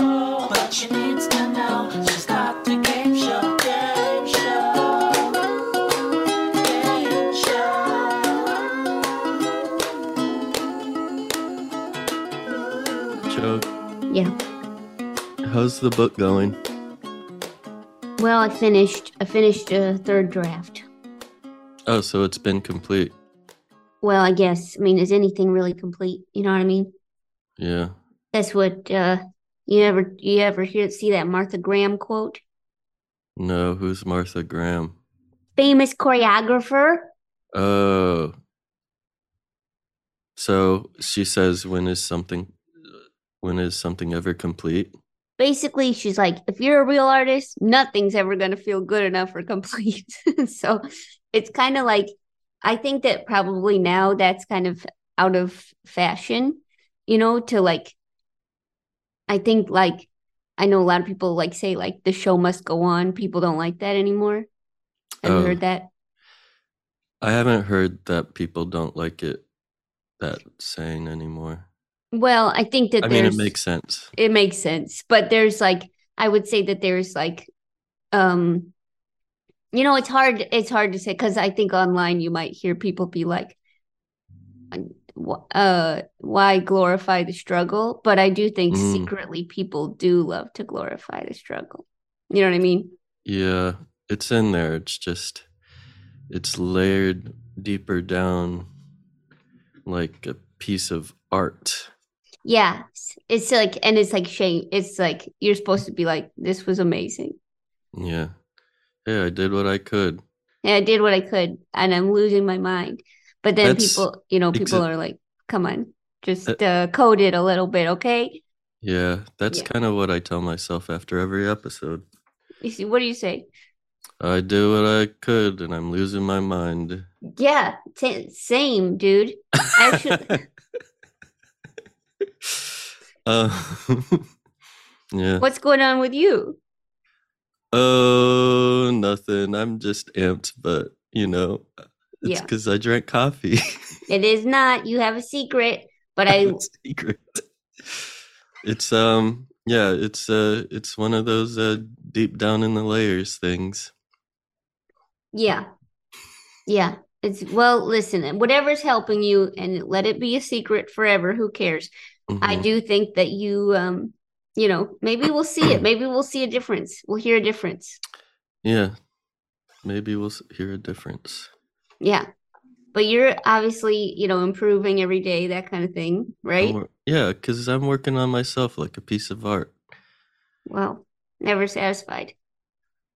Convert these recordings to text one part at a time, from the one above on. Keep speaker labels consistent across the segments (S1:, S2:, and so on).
S1: what she needs to know. She's got the game show, game show, game show.
S2: Joe,
S3: Yeah.
S2: how's the book going?
S3: Well, I finished. I finished a third draft.
S2: Oh, so it's been complete.
S3: Well, I guess. I mean, is anything really complete? You know what I mean?
S2: Yeah.
S3: That's what uh, you ever you ever hear see that Martha Graham quote?
S2: No, who's Martha Graham?
S3: Famous choreographer.
S2: Oh. So she says, when is something, when is something ever complete?
S3: Basically, she's like, if you're a real artist, nothing's ever gonna feel good enough or complete. so it's kind of like I think that probably now that's kind of out of fashion, you know, to like I think like I know a lot of people like say like the show must go on. People don't like that anymore. Have you
S2: Oh.
S3: heard that?
S2: I haven't heard that people don't like it, that saying anymore.
S3: Well, I think that
S2: I mean, it
S3: there's-
S2: makes sense.
S3: it makes sense but there's like i would say that there's like um you know it's hard it's hard to say because i think online you might hear people be like wh- uh why glorify the struggle but i do think
S2: Mm.
S3: secretly people do love to glorify the struggle you know what i mean
S2: Yeah, it's in there. It's just, it's layered deeper down like a piece of art.
S3: yeah it's- it's like and it's like shame it's like you're supposed to be like this was amazing
S2: Yeah. Hey, I did what I could.
S3: and i did what i could and i'm losing my mind but then
S2: That's
S3: people you know people
S2: exa-
S3: are like come on just
S2: That-
S3: uh, code it a little bit okay
S2: Yeah, that's
S3: Yeah.
S2: kind of what I tell myself after every episode.
S3: you see, what do you say
S2: I did what I could and I'm losing my mind.
S3: yeah t- same dude actually
S2: Uh, yeah.
S3: what's going on with you
S2: Oh, nothing. I'm just amped, but you know, it's
S3: Yeah.
S2: because I drank coffee.
S3: it is not you have a secret but i
S2: secret. It's um yeah, it's uh it's one of those uh deep down in the layers things.
S3: yeah yeah it's well listen whatever's helping you and let it be a secret forever who cares I
S2: Mhm.
S3: do think that you, um, you know, maybe we'll see it. Maybe we'll see a difference. We'll hear a difference.
S2: Yeah. Maybe we'll s- hear a difference.
S3: Yeah. But you're obviously, you know, improving every day, that kind of thing,
S2: I'm
S3: right?
S2: wor- yeah, because I'm working on myself like a piece of art.
S3: Well, never satisfied.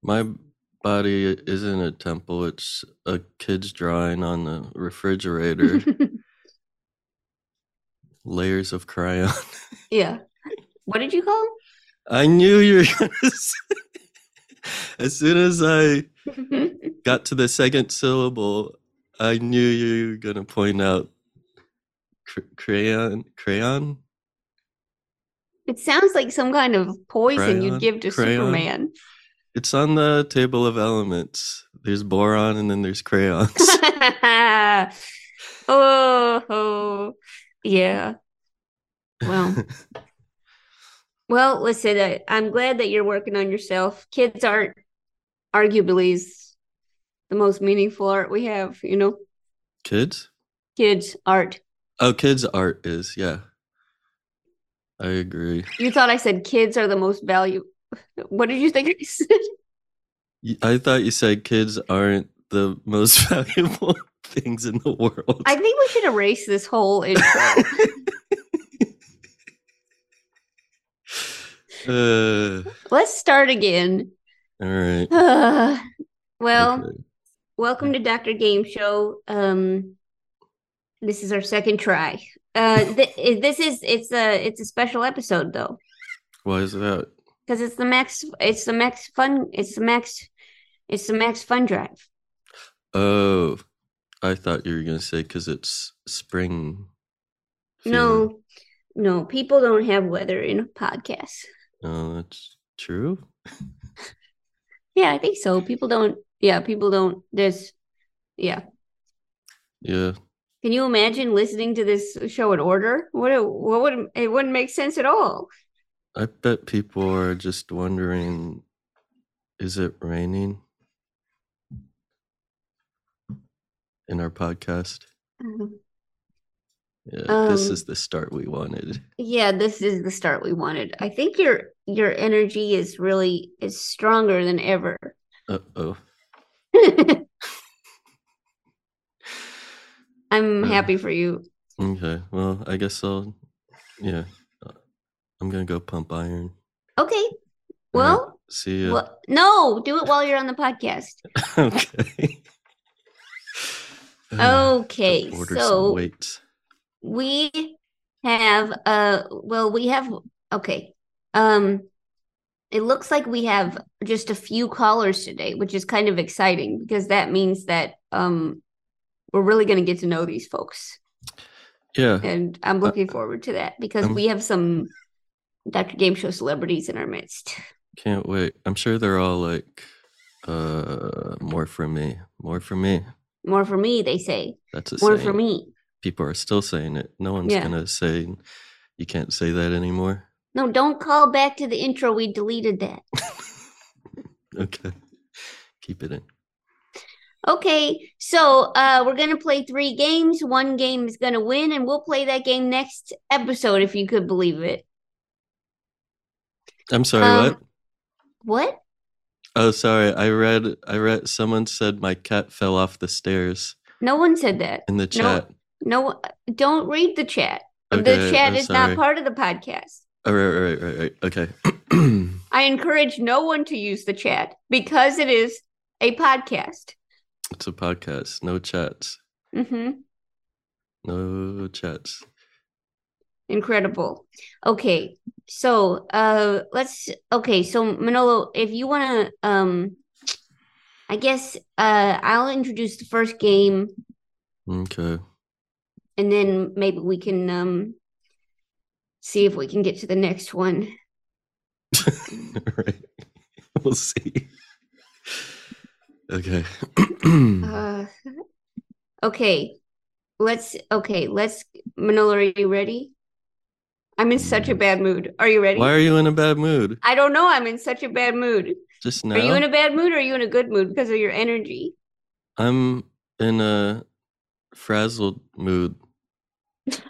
S2: My body isn't a temple, it's a kid's drawing on the refrigerator, layers of crayon.
S3: yeah. What did you call
S2: I knew you were gonna say as soon as I
S3: him?
S2: got to the second syllable, I knew you were gonna point out cr- crayon crayon?
S3: it sounds like some kind of poison
S2: Crayon?
S3: you'd give to
S2: Crayon?
S3: Superman.
S2: It's on the table of elements. There's boron and then there's crayons.
S3: oh, oh, yeah. Well, Well, listen, I, I'm glad that you're working on yourself. Kids art arguably is the most meaningful art we have, you know?
S2: Kids?
S3: Kids art.
S2: Oh, kids' art is, yeah. I agree.
S3: You thought I said kids are the most value. What did you think I said?
S2: Y- I thought you said kids aren't the most valuable things in the world.
S3: I think we should erase this whole intro.
S2: Uh,
S3: Let's start again.
S2: all right.
S3: well,
S2: okay.
S3: welcome to Dr. Game Show. Um, this is our second try. Uh, th- this is it's a it's a special episode though.
S2: Why is that?
S3: because it's the max it's the max fun it's the max it's the max fun drive
S2: Oh, I thought you were gonna say because it's spring. feeling.
S3: no no people don't have weather in podcasts
S2: Oh, that's true.
S3: yeah i think so people don't yeah people don't there's yeah
S2: Yeah.
S3: can you imagine listening to this show in order what it, what would it wouldn't make sense at all
S2: I bet people are just wondering is it raining in our podcast? Mm-hmm.
S3: Um,
S2: Yeah, this
S3: Um,
S2: is the start we wanted.
S3: yeah, this is the start we wanted. I think your your energy is really is stronger than ever.
S2: Uh oh.
S3: I'm
S2: Uh,
S3: happy for you.
S2: Okay. Well, I guess I'll. Yeah. uh, I'm gonna go pump iron.
S3: Okay. Well,
S2: See ya.
S3: well, no, do it while you're on the podcast.
S2: okay. Uh,
S3: Okay.
S2: Order some
S3: So
S2: weights.
S3: we have uh well we have okay. Um it looks like we have just a few callers today, which is kind of exciting because that means that um we're really going to get to know these folks.
S2: Yeah.
S3: And I'm looking
S2: uh,
S3: forward to that because
S2: um,
S3: we have some Dr. Game Show celebrities in our midst.
S2: Can't wait. I'm sure they're all like, uh, more for me, more for me.
S3: More for me, they say.
S2: That's a
S3: More
S2: saying.
S3: for me.
S2: People are still saying it. No one's
S3: Yeah.
S2: gonna say you can't say that anymore.
S3: No, don't call back to the intro. We deleted that.
S2: Okay. Keep it in.
S3: Okay, so uh, we're gonna play three games. One game is gonna win, and we'll play that game next episode if you could believe it.
S2: I'm sorry.
S3: Um,
S2: what?
S3: What?
S2: Oh, sorry. I read. I read. Someone said my cat fell off the stairs
S3: No one said that.
S2: in the chat.
S3: No, don't read the chat.
S2: Okay,
S3: the chat
S2: I'm
S3: is
S2: sorry.
S3: not part of the podcast.
S2: Oh, right, right, right, right. Okay.
S3: I encourage no one to use the chat because it is a podcast.
S2: it's a podcast. No chats.
S3: hmm
S2: No Oh, chats.
S3: Incredible. Okay, so uh, let's. Okay, so Manolo, if you wanna, um, I guess uh, I'll introduce the first game.
S2: Okay.
S3: and then maybe we can um see if we can get to the next one.
S2: right. We'll see. Okay.
S3: Uh, okay, let's. Okay, let's. Manolo, are you ready? I'm in such a bad mood. Are you ready?
S2: Why are you in a bad mood?
S3: I don't know. I'm in such a bad mood.
S2: Just now.
S3: Are you in a bad mood or are you in a good mood because of your energy?
S2: I'm in a frazzled mood.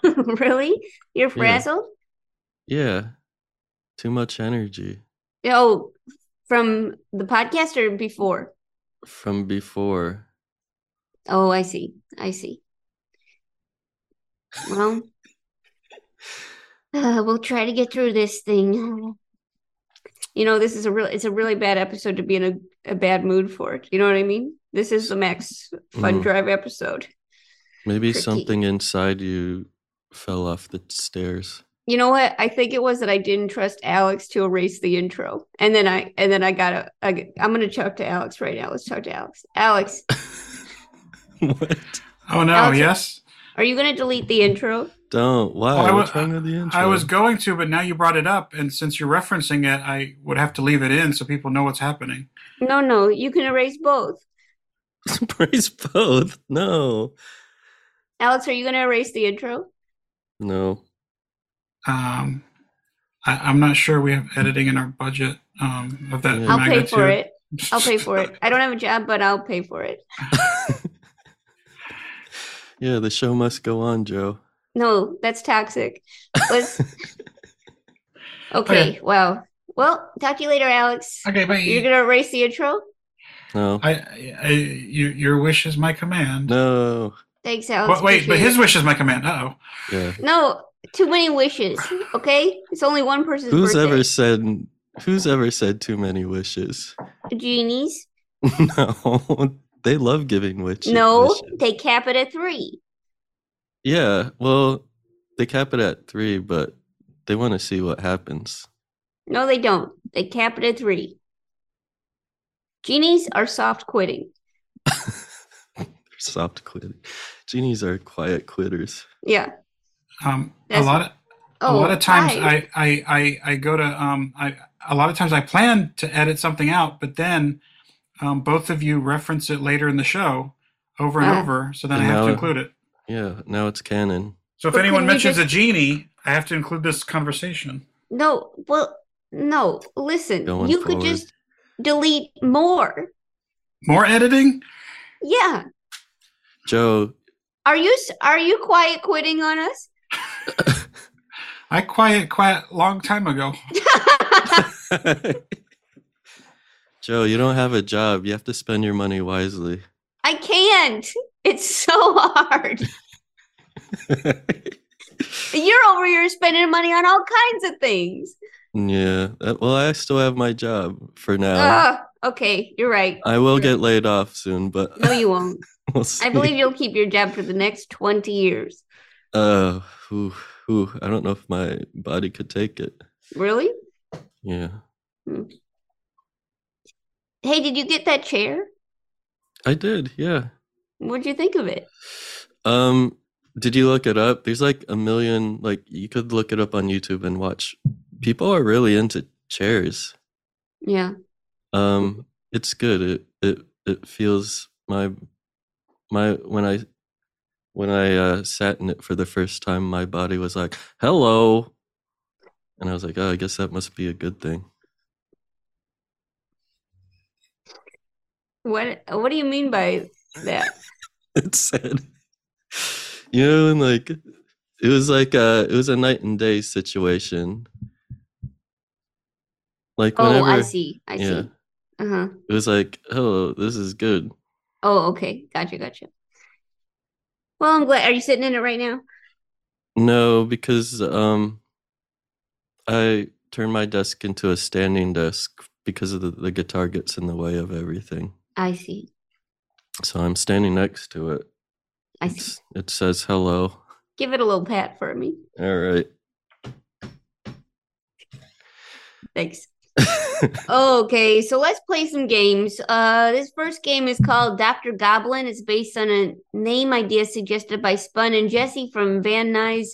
S3: really? You're frazzled?
S2: Yeah. Too much energy
S3: Oh, from the podcast or before?
S2: from before.
S3: Oh, I see. I see. Well, uh, we'll try to get through this thing. You know, this is a real it's a really bad episode to be in a, a bad mood for it. You know what I mean? This is the Max Fun
S2: Mm.
S3: Drive episode.
S2: Maybe
S3: Tricky.
S2: something inside you fell off the stairs.
S3: You know what? I think it was that I didn't trust Alex to erase the intro. And then I and then I got a I, I'm going to talk to Alex right now. Let's talk to Alex. Alex,
S2: what?
S4: Oh no!
S3: Alex,
S4: yes,
S3: are you going to delete the intro?
S2: Don't. Why?
S4: Well, I
S2: What's
S4: wa-
S2: wrong with the intro?
S4: I was going to, but now you brought it up, and since you're referencing it, I would have to leave it in so people know what's happening.
S3: No, no, you can erase both.
S2: praise both. No.
S3: Alex, are you going to erase the intro?
S2: No.
S4: Um, I, I'm not sure we have editing in our budget um, of that
S2: Yeah.
S3: I'll pay
S4: magnitude.
S3: for it. I'll pay for it. I don't have a job, but I'll pay for it.
S2: Yeah, the show must go on, Joe.
S3: No, that's toxic. Let's... Okay, wow. Well, talk to you later, Alex.
S4: okay, but
S3: You're gonna erase the intro?
S2: No.
S4: I, I, I, your, your wish is my command.
S2: No.
S3: Thanks, Alex.
S4: But wait, but
S3: Appreciate
S4: his
S3: it.
S4: wish is my command. Uh oh.
S2: Yeah.
S3: No, too many wishes. Okay, it's only one person's
S2: Who's ever
S3: birthday.
S2: said who's ever said too many wishes?
S3: Genies?
S2: no. They love giving witch-
S3: No,
S2: wishes.
S3: they cap it at three.
S2: Yeah. Well, they cap it at three, but they want to see what happens.
S3: No, they don't. They cap it at three. Genies are soft quitting.
S2: Soft quitting. Genies are quiet quitters.
S3: Yeah.
S4: Um, a
S3: That's-
S4: lot of a
S3: Oh,
S4: lot of times
S3: hi.
S4: I, I I I go to um I a lot of times I plan to edit something out, but then um, both of you reference it later in the show over and
S3: Ah.
S4: over, so then I
S2: And
S4: have to
S2: now-
S4: include it.
S2: Yeah. Now it's canon.
S4: So if
S3: But
S4: anyone
S3: couldn't you
S4: mentions
S3: just-
S4: a genie, I have to include this conversation.
S3: No, well, no. Listen,
S2: Going
S3: you could
S2: forward.
S3: just delete more.
S4: More editing?
S3: Yeah.
S2: Joe,
S3: Are you s- are you quiet quitting on us?
S4: I quiet quiet long time ago.
S2: Joe, you don't have a job. You have to spend your money wisely.
S3: I can't. It's so hard. You're over here spending money on all kinds of things.
S2: yeah. uh, Well, I still have my job for now.
S3: Ugh. Okay, you're right.
S2: I will get laid off soon, but
S3: No, you won't.
S2: we'll see.
S3: I believe you'll keep your job for the next 20 years.
S2: Uh, ooh, ooh, I don't know if my body could take it.
S3: Really?
S2: Yeah.
S3: Hey, did you get that chair?
S2: I did. Yeah.
S3: What'd you think of it?
S2: Um, did you look it up? There's like a million, like you could look it up on YouTube and watch. People are really into chairs.
S3: Yeah.
S2: Um, it's good. It it it feels my my when I when I uh, sat in it for the first time, my body was like, "Hello," and I was like, "Oh, I guess that must be a good thing."
S3: What what do you mean by that?
S2: it said you know and like it was like a it was a night and day situation like
S3: Oh,
S2: whenever
S3: I see. I
S2: yeah
S3: see. Uh-huh.
S2: it was like oh this is good
S3: Oh, okay. Gotcha, gotcha. Well, I'm glad. Are you sitting in it right now?
S2: no because um i turned my desk into a standing desk because of the, the guitar gets in the way of everything
S3: I see.
S2: so i'm standing next to it
S3: I see.
S2: it's, it says hello
S3: Give it a little pat for me.
S2: all right
S3: Thanks. okay, so let's play some games. Uh, this first game is called Dr. Goblin. It's based on a name idea suggested by Spun and Jesse from Van Nuys,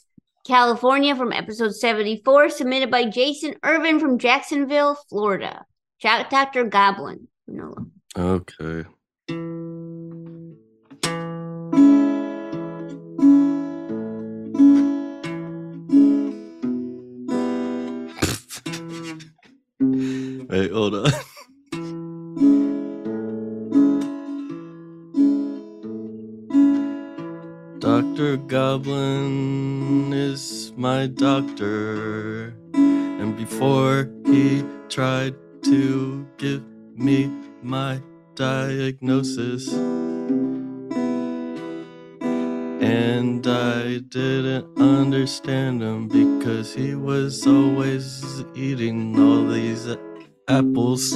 S3: California, from episode 74, submitted by Jason Irvin from Jacksonville, Florida. Shout out Dr. Goblin. No.
S2: okay Wait, hold on. Dr. Goblin is my doctor, and before he tried to give me my diagnosis, and I didn't understand him because he was always eating all these apples.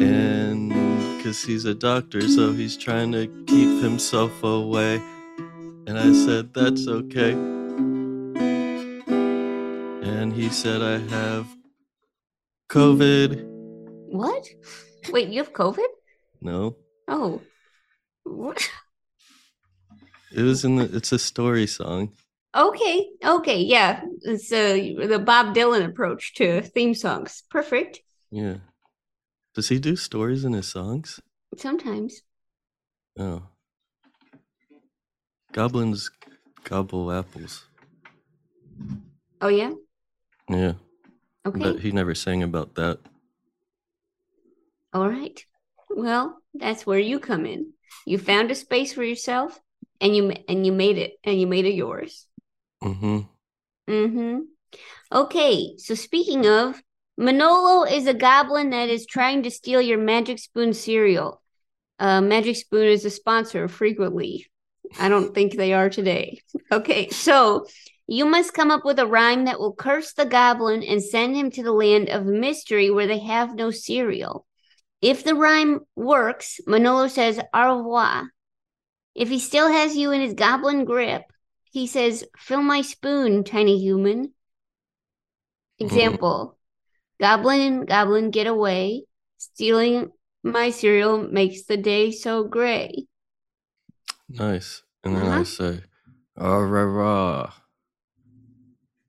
S2: And because he's a doctor, so he's trying to keep himself away. And I said, That's okay. And he said, I have COVID.
S3: What? Wait, you have COVID?
S2: No,
S3: Oh. What?
S2: it was in the, it's a story song.
S3: Okay, okay, yeah. It's uh, the Bob Dylan approach to theme songs. Perfect.
S2: Yeah. Does he do stories in his songs?
S3: Sometimes.
S2: Oh. Goblins gobble apples.
S3: Oh, yeah?
S2: Yeah.
S3: Okay.
S2: But he never sang about that.
S3: All right. Well, that's where you come in. You found a space for yourself and you and you made it and you made it yours.
S2: Mm-hmm.
S3: Mhm. Okay, so speaking of, Manolo is a goblin that is trying to steal your Magic Spoon cereal. Uh, Magic Spoon is a sponsor frequently. I don't think they are today. Okay, so you must come up with a rhyme that will curse the goblin and send him to the land of mystery where they have no cereal. If the rhyme works, Manolo says au revoir. If he still has you in his goblin grip, he says, Fill my spoon, tiny human. Example Goblin, goblin, get away. Stealing my cereal makes the day so gray.
S2: Nice. And then I
S3: Uh-huh.
S2: say, ah, rah, rah.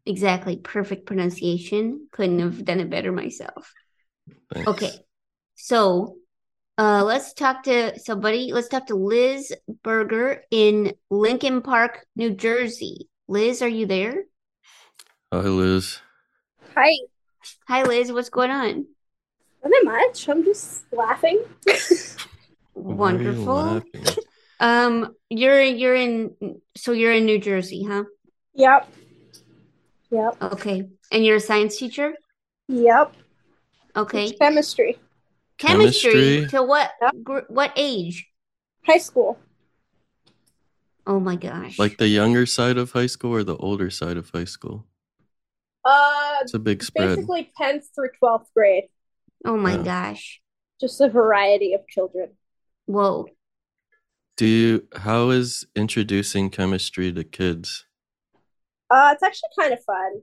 S3: Exactly. Perfect pronunciation. Couldn't have done it better myself.
S2: Thanks.
S3: Okay. So uh, let's talk to somebody. Let's talk to Liz Berger in Lincoln Park, New Jersey. Liz, are you there?
S2: Hi, Liz.
S5: Hi.
S3: Hi, Liz. What's going on?
S5: Nothing much. I'm just laughing.
S2: Why are you
S3: Wonderful.
S2: laughing?
S3: Um, you're you're in so you're in New Jersey, huh?
S5: Yep. Yep.
S3: Okay. And you're a science teacher?
S5: Yep.
S3: Okay.
S5: Chemistry.
S3: Chemistry,
S2: Chemistry.
S3: to what
S5: Yep.
S3: gr- what age?
S5: High school.
S3: Oh my gosh.
S2: Like the younger side of high school or the older side of high school?
S5: Uh,
S2: It's a big spread.
S5: basically 10th through 12th grade.
S3: oh my
S2: Yeah.
S3: gosh.
S5: Just a variety of children.
S3: Whoa.
S2: Do you, how is introducing chemistry to kids?
S5: Uh, it's actually kind of fun.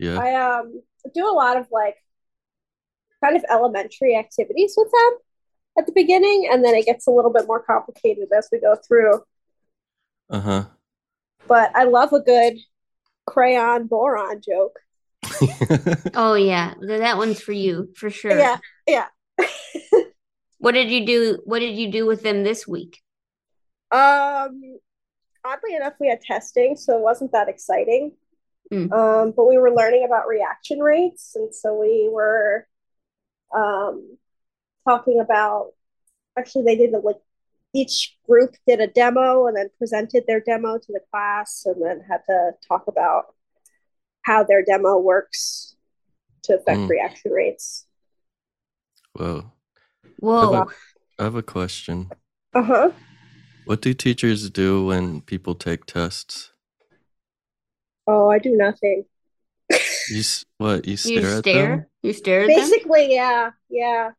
S2: Yeah.
S5: I um do a lot of like kind of elementary activities with them at the beginning, and then it gets a little bit more complicated as we go through.
S2: Uh huh.
S5: But I love a good crayon boron joke.
S3: Oh yeah. Th- That one's for you, for sure.
S5: Yeah, yeah.
S3: What did you do? What did you do with them this week?
S5: Um, oddly enough, we had testing, so it wasn't that exciting.
S3: Mm.
S5: Um, but we were learning about reaction rates, and so we were um talking about actually they did a like each group did a demo and then presented their demo to the class and then had to talk about how their demo works to affect
S2: Mm.
S5: reaction rates.
S2: Well,
S3: Whoa.
S2: a- I have a question.
S5: Uh-huh.
S2: What do teachers do when people take tests?
S5: Oh, I do nothing.
S2: You s- what? You stare
S3: you
S2: at
S3: stare?
S2: them.
S3: You stare at them?
S5: Basically, yeah, yeah.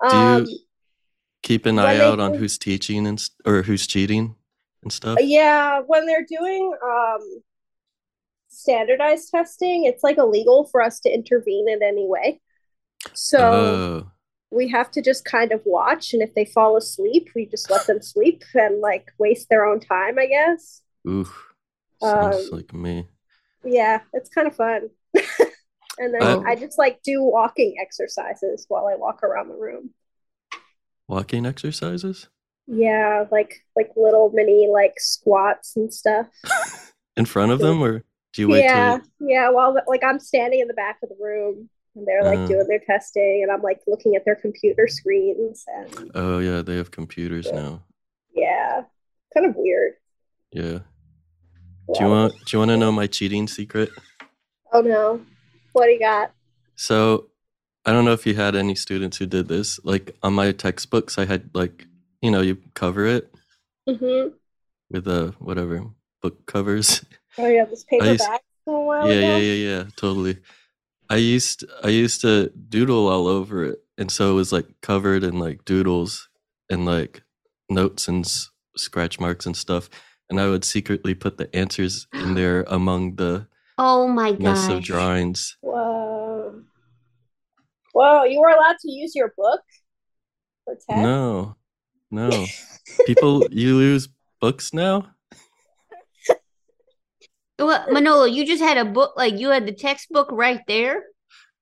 S2: Do you-
S5: Um,
S2: Keep an
S5: When
S2: eye
S5: they
S2: out on
S5: do-
S2: who's teaching and st- or who's cheating and stuff.
S5: Yeah, when they're doing um standardized testing, it's like illegal for us to intervene in any way. So
S2: Oh,
S5: we have to just kind of watch, and if they fall asleep, we just let them sleep and like waste their own time, I guess.
S2: oof. Sounds
S5: Um,
S2: like me.
S5: Yeah, it's kind of fun. And then
S2: Uh,
S5: I just like do walking exercises while I walk around the room.
S2: Walking exercises
S5: Yeah, like like little mini like squats and stuff.
S2: in front of them, or do you wait?
S5: Yeah,
S2: Till,
S5: yeah. Well, th- like I'm standing in the back of the room and they're like
S2: Uh.
S5: doing their testing and I'm like looking at their computer screens and
S2: oh yeah, they have computers
S5: Yeah.
S2: now.
S5: yeah, kind of weird.
S2: Yeah. Do
S5: Yeah.
S2: you want? Do you want to know my cheating secret?
S5: Oh no. What do you got?
S2: So I don't know if you had any students who did this. Like on my textbooks, I had like you know you cover it
S5: hmm
S2: with uh whatever book covers.
S5: Oh yeah, this paper
S2: used-
S5: bag from a while
S2: yeah, yeah,
S5: ago.
S2: yeah, yeah, totally. I used I used to doodle all over it, and so it was like covered in like doodles and like notes and s- scratch marks and stuff. And I would secretly put the answers in there among the
S3: Oh my
S2: mess of
S3: gosh.
S2: drawings.
S5: Whoa. Whoa, you were allowed to use your book for text?
S2: No, no, people, you lose books now.
S3: What, Manolo, you just had a book, like you had the textbook right there.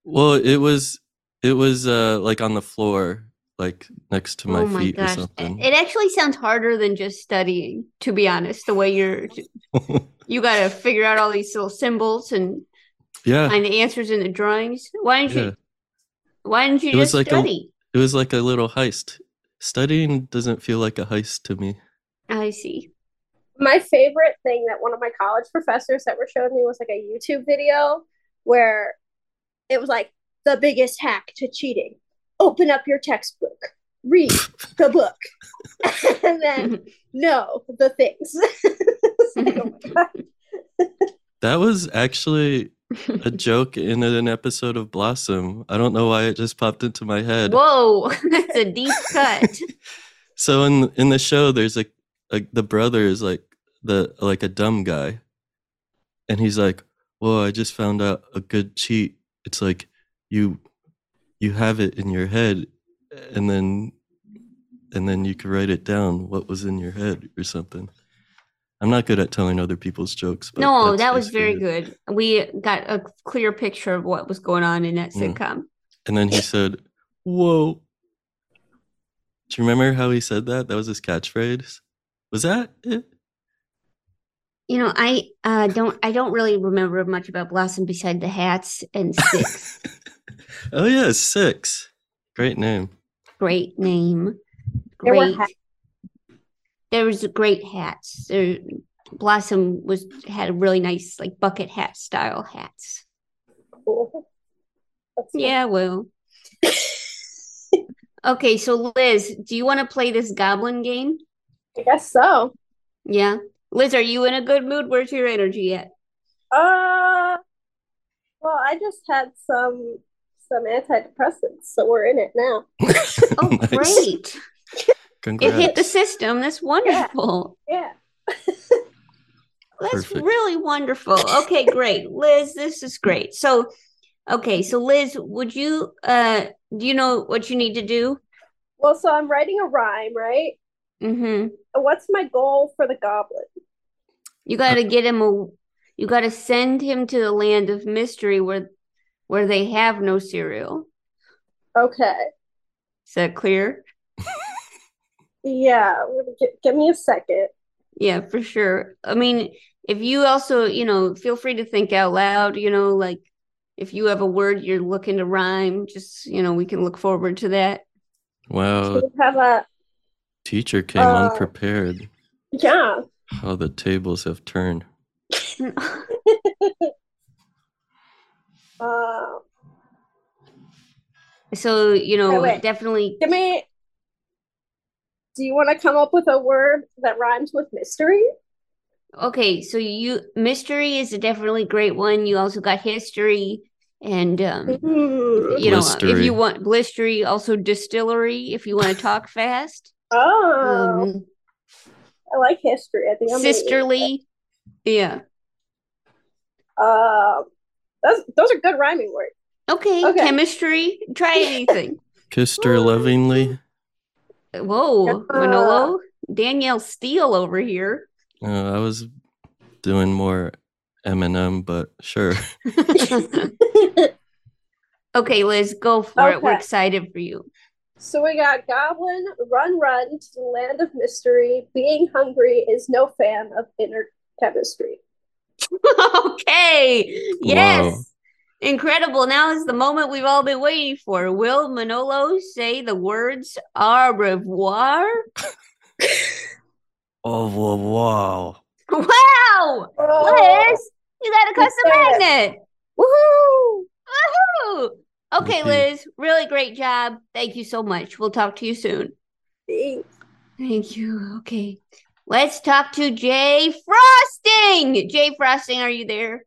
S2: Well, it was it was uh like on the floor, like next to my
S3: oh my
S2: feet
S3: gosh.
S2: or something.
S3: It actually sounds harder than just studying, to be honest, the way you're, you got to figure out all these little symbols and
S2: yeah,
S3: find the answers in the drawings. Why didn't
S2: Yeah.
S3: you, why didn't you
S2: It was
S3: just
S2: like a-
S3: study?
S2: it was like a little heist. Studying doesn't feel like a heist to me.
S3: I see.
S5: my favorite thing that one of my college professors ever showed me was like a YouTube video where it was like the biggest hack to cheating. Open up your textbook, read the book, and then know the things. It's like, oh my God.
S2: That was actually a joke in an episode of Blossom. I don't know why it just popped into my head.
S3: Whoa, that's a deep cut.
S2: So in in the show, there's like a, the brother is like the like a dumb guy, and he's like, "Whoa! I just found out a good cheat. It's like you you have it in your head, and then and then you can write it down what was in your head or something." I'm not good at telling other people's jokes. But
S3: No,
S2: that's
S3: that was
S2: basically
S3: very
S2: it.
S3: good. We got a clear picture of what was going on in that
S2: Mm.
S3: sitcom.
S2: And then he said, "Whoa." Do you remember how he said that? That was his catchphrase. Was that it?
S3: you know, I uh, don't I don't really remember much about Blossom beside the hats and six.
S2: oh yeah, six. Great name.
S3: great name.
S5: There were
S3: Great.
S5: hats.
S3: There was great hats. There, Blossom was had a really nice like bucket hat style hats.
S5: Cool. That's cool.
S3: Yeah, well. okay, so Liz, do you want to play this goblin game?
S5: I guess so.
S3: Yeah. Liz, are you in a good mood? Where's your energy at?
S5: Uh, well, I just had some some antidepressants, so we're in it now.
S3: Oh,
S2: Nice.
S3: great. It
S2: Congrats.
S3: hit the system. That's wonderful.
S5: Yeah.
S3: That's
S2: Perfect.
S3: really wonderful. Okay, great. Liz, this is great. So, okay, so Liz, would you uh do you know what you need to do?
S5: Well, so I'm writing a rhyme, right?
S3: Mhm.
S5: What's my goal for the goblin?
S3: You got to get him a you got to send him to the land of mystery where where they have no cereal.
S5: Okay.
S3: Is that clear?
S5: Yeah. G- give me a second.
S3: Yeah, for sure. I mean, if you also, you know, feel free to think out loud, you know, like if you have a word you're looking to rhyme, just, you know, we can look forward to that.
S2: Wow,
S5: We have a
S2: teacher came
S5: Uh,
S2: unprepared.
S5: yeah.
S2: How the tables have turned.
S5: Uh,
S3: So, you know,
S5: wait.
S3: definitely
S5: give me. Do you want to come up with a word that rhymes with mystery?
S3: okay, so you mystery is a definitely great one. You also got history and um
S5: Hmm.
S3: you know, if
S2: Blistery.
S3: you want blistery, also distillery if you want to talk fast.
S5: Oh,
S3: Um
S5: I like history. I think I'm gonna-
S3: sisterly. Yeah.
S5: Uh, those those are good rhyming words.
S3: Okay,
S5: Okay.
S3: chemistry, try anything.
S2: Kissed her lovingly.
S3: Whoa,
S6: Uh,
S5: Yeah.
S3: Manolo, Danielle Steele over here.
S2: Uh, I was doing more Eminem, but sure.
S3: okay, Liz, go for it. We're
S5: Okay.
S3: excited for you.
S5: So we got Goblin, Run Run to the Land of Mystery. Being hungry is no fan of inner chemistry.
S3: Oh okay, yes,
S2: Wow.
S3: incredible. Now is the moment we've all been waiting for. Will Manolo say the words au revoir?
S2: Oh wow!
S3: Wow, Liz, you got a
S5: He
S3: custom
S5: said it.
S3: magnet.
S5: Woohoo!
S3: Woo! Okay,
S2: Yippee.
S3: Liz, really great job. Thank you so much. We'll talk to you soon. Thank you. Okay. Let's talk to Jay Frosting. Jay Frosting, are you there?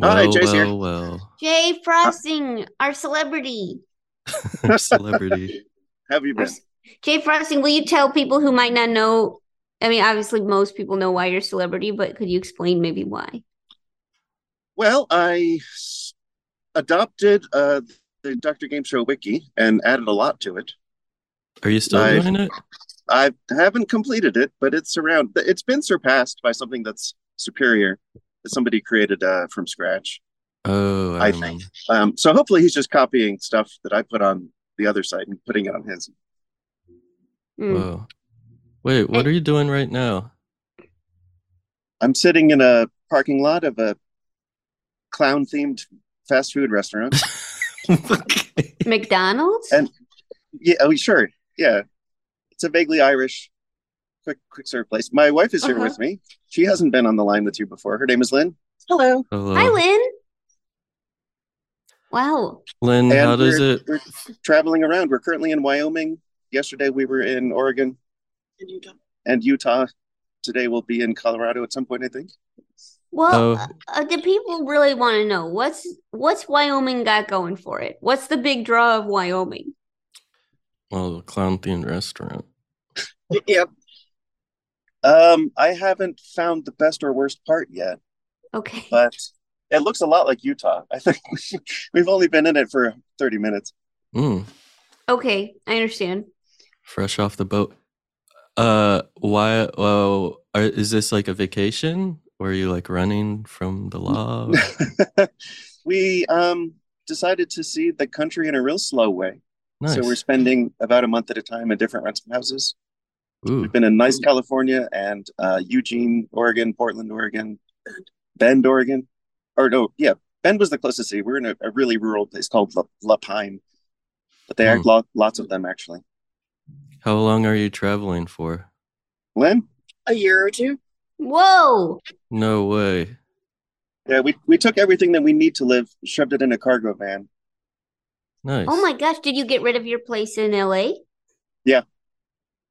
S6: Hi,
S2: well,
S6: Jay's here.
S2: well, well.
S3: Jay Frosting, our celebrity.
S2: Celebrity.
S6: Have you
S3: Our
S6: been?
S3: s- Jay Frosting, will you tell people who might not know? I mean, obviously, most people know why you're a celebrity, but could you explain maybe why?
S6: Well, I s- adopted uh, the Dr. Game Show wiki and added a lot to it.
S2: Are you still
S6: Nice.
S2: doing it?
S6: I haven't completed it, but it's around. It's been surpassed by something that's superior that somebody created uh, from scratch.
S2: Oh, I,
S6: I
S2: remember.
S6: think. Um, so hopefully he's just copying stuff that I put on the other site and putting it on his. Hmm.
S3: Mm.
S2: Whoa. Wait, what
S3: I-
S2: are you doing right now?
S6: I'm sitting in a parking lot of a clown themed fast food restaurant.
S3: McDonald's?
S6: And- Yeah, oh, sure. Yeah. It's a vaguely Irish quick quick serve place. My wife is here
S3: Uh-huh.
S6: with me. She hasn't been on the line with you before. Her name is Lynn. Hello.
S2: Hello.
S3: Hi, Lynn. Wow.
S2: Lynn,
S6: And
S2: how does
S6: we're-
S2: it?
S6: We're traveling around. We're currently in Wyoming. Yesterday we were in Oregon
S7: And you don't.
S6: and Utah. Today we'll be in Colorado at some point, I think.
S3: Well,
S2: Oh.
S3: uh, uh, do people really want to know what's what's Wyoming got going for it? What's the big draw of Wyoming?
S2: Well, the Oh, clown themed restaurant.
S7: Yep.
S6: Um, I haven't found the best or worst part yet,
S3: Okay.
S6: but it looks a lot like Utah. I think we've only been in it for 30 minutes.
S2: Mm,
S3: Okay, I understand.
S2: fresh off the boat. Uh, why? Oh, are, is this like a vacation? Or are you like running from the law? or-
S6: we um decided to see the country in a real slow way.
S2: nice.
S6: So we're spending about a month at a time in different rental houses.
S2: Ooh.
S6: We've been in nice California and uh, Eugene, Oregon, Portland, Oregon, Bend, Oregon. Or no, yeah, Bend was the closest city. We're in a, a really rural place called La, La Pine, but there are
S2: Hmm.
S6: lo- lots of them actually.
S2: How long are you traveling for?
S6: Lynn,
S7: A year or two.
S3: Whoa!
S2: No way.
S6: yeah, we we took everything that we need to live, shoved it in a cargo van.
S2: Nice.
S3: Oh my gosh, did you get rid of your place in LA?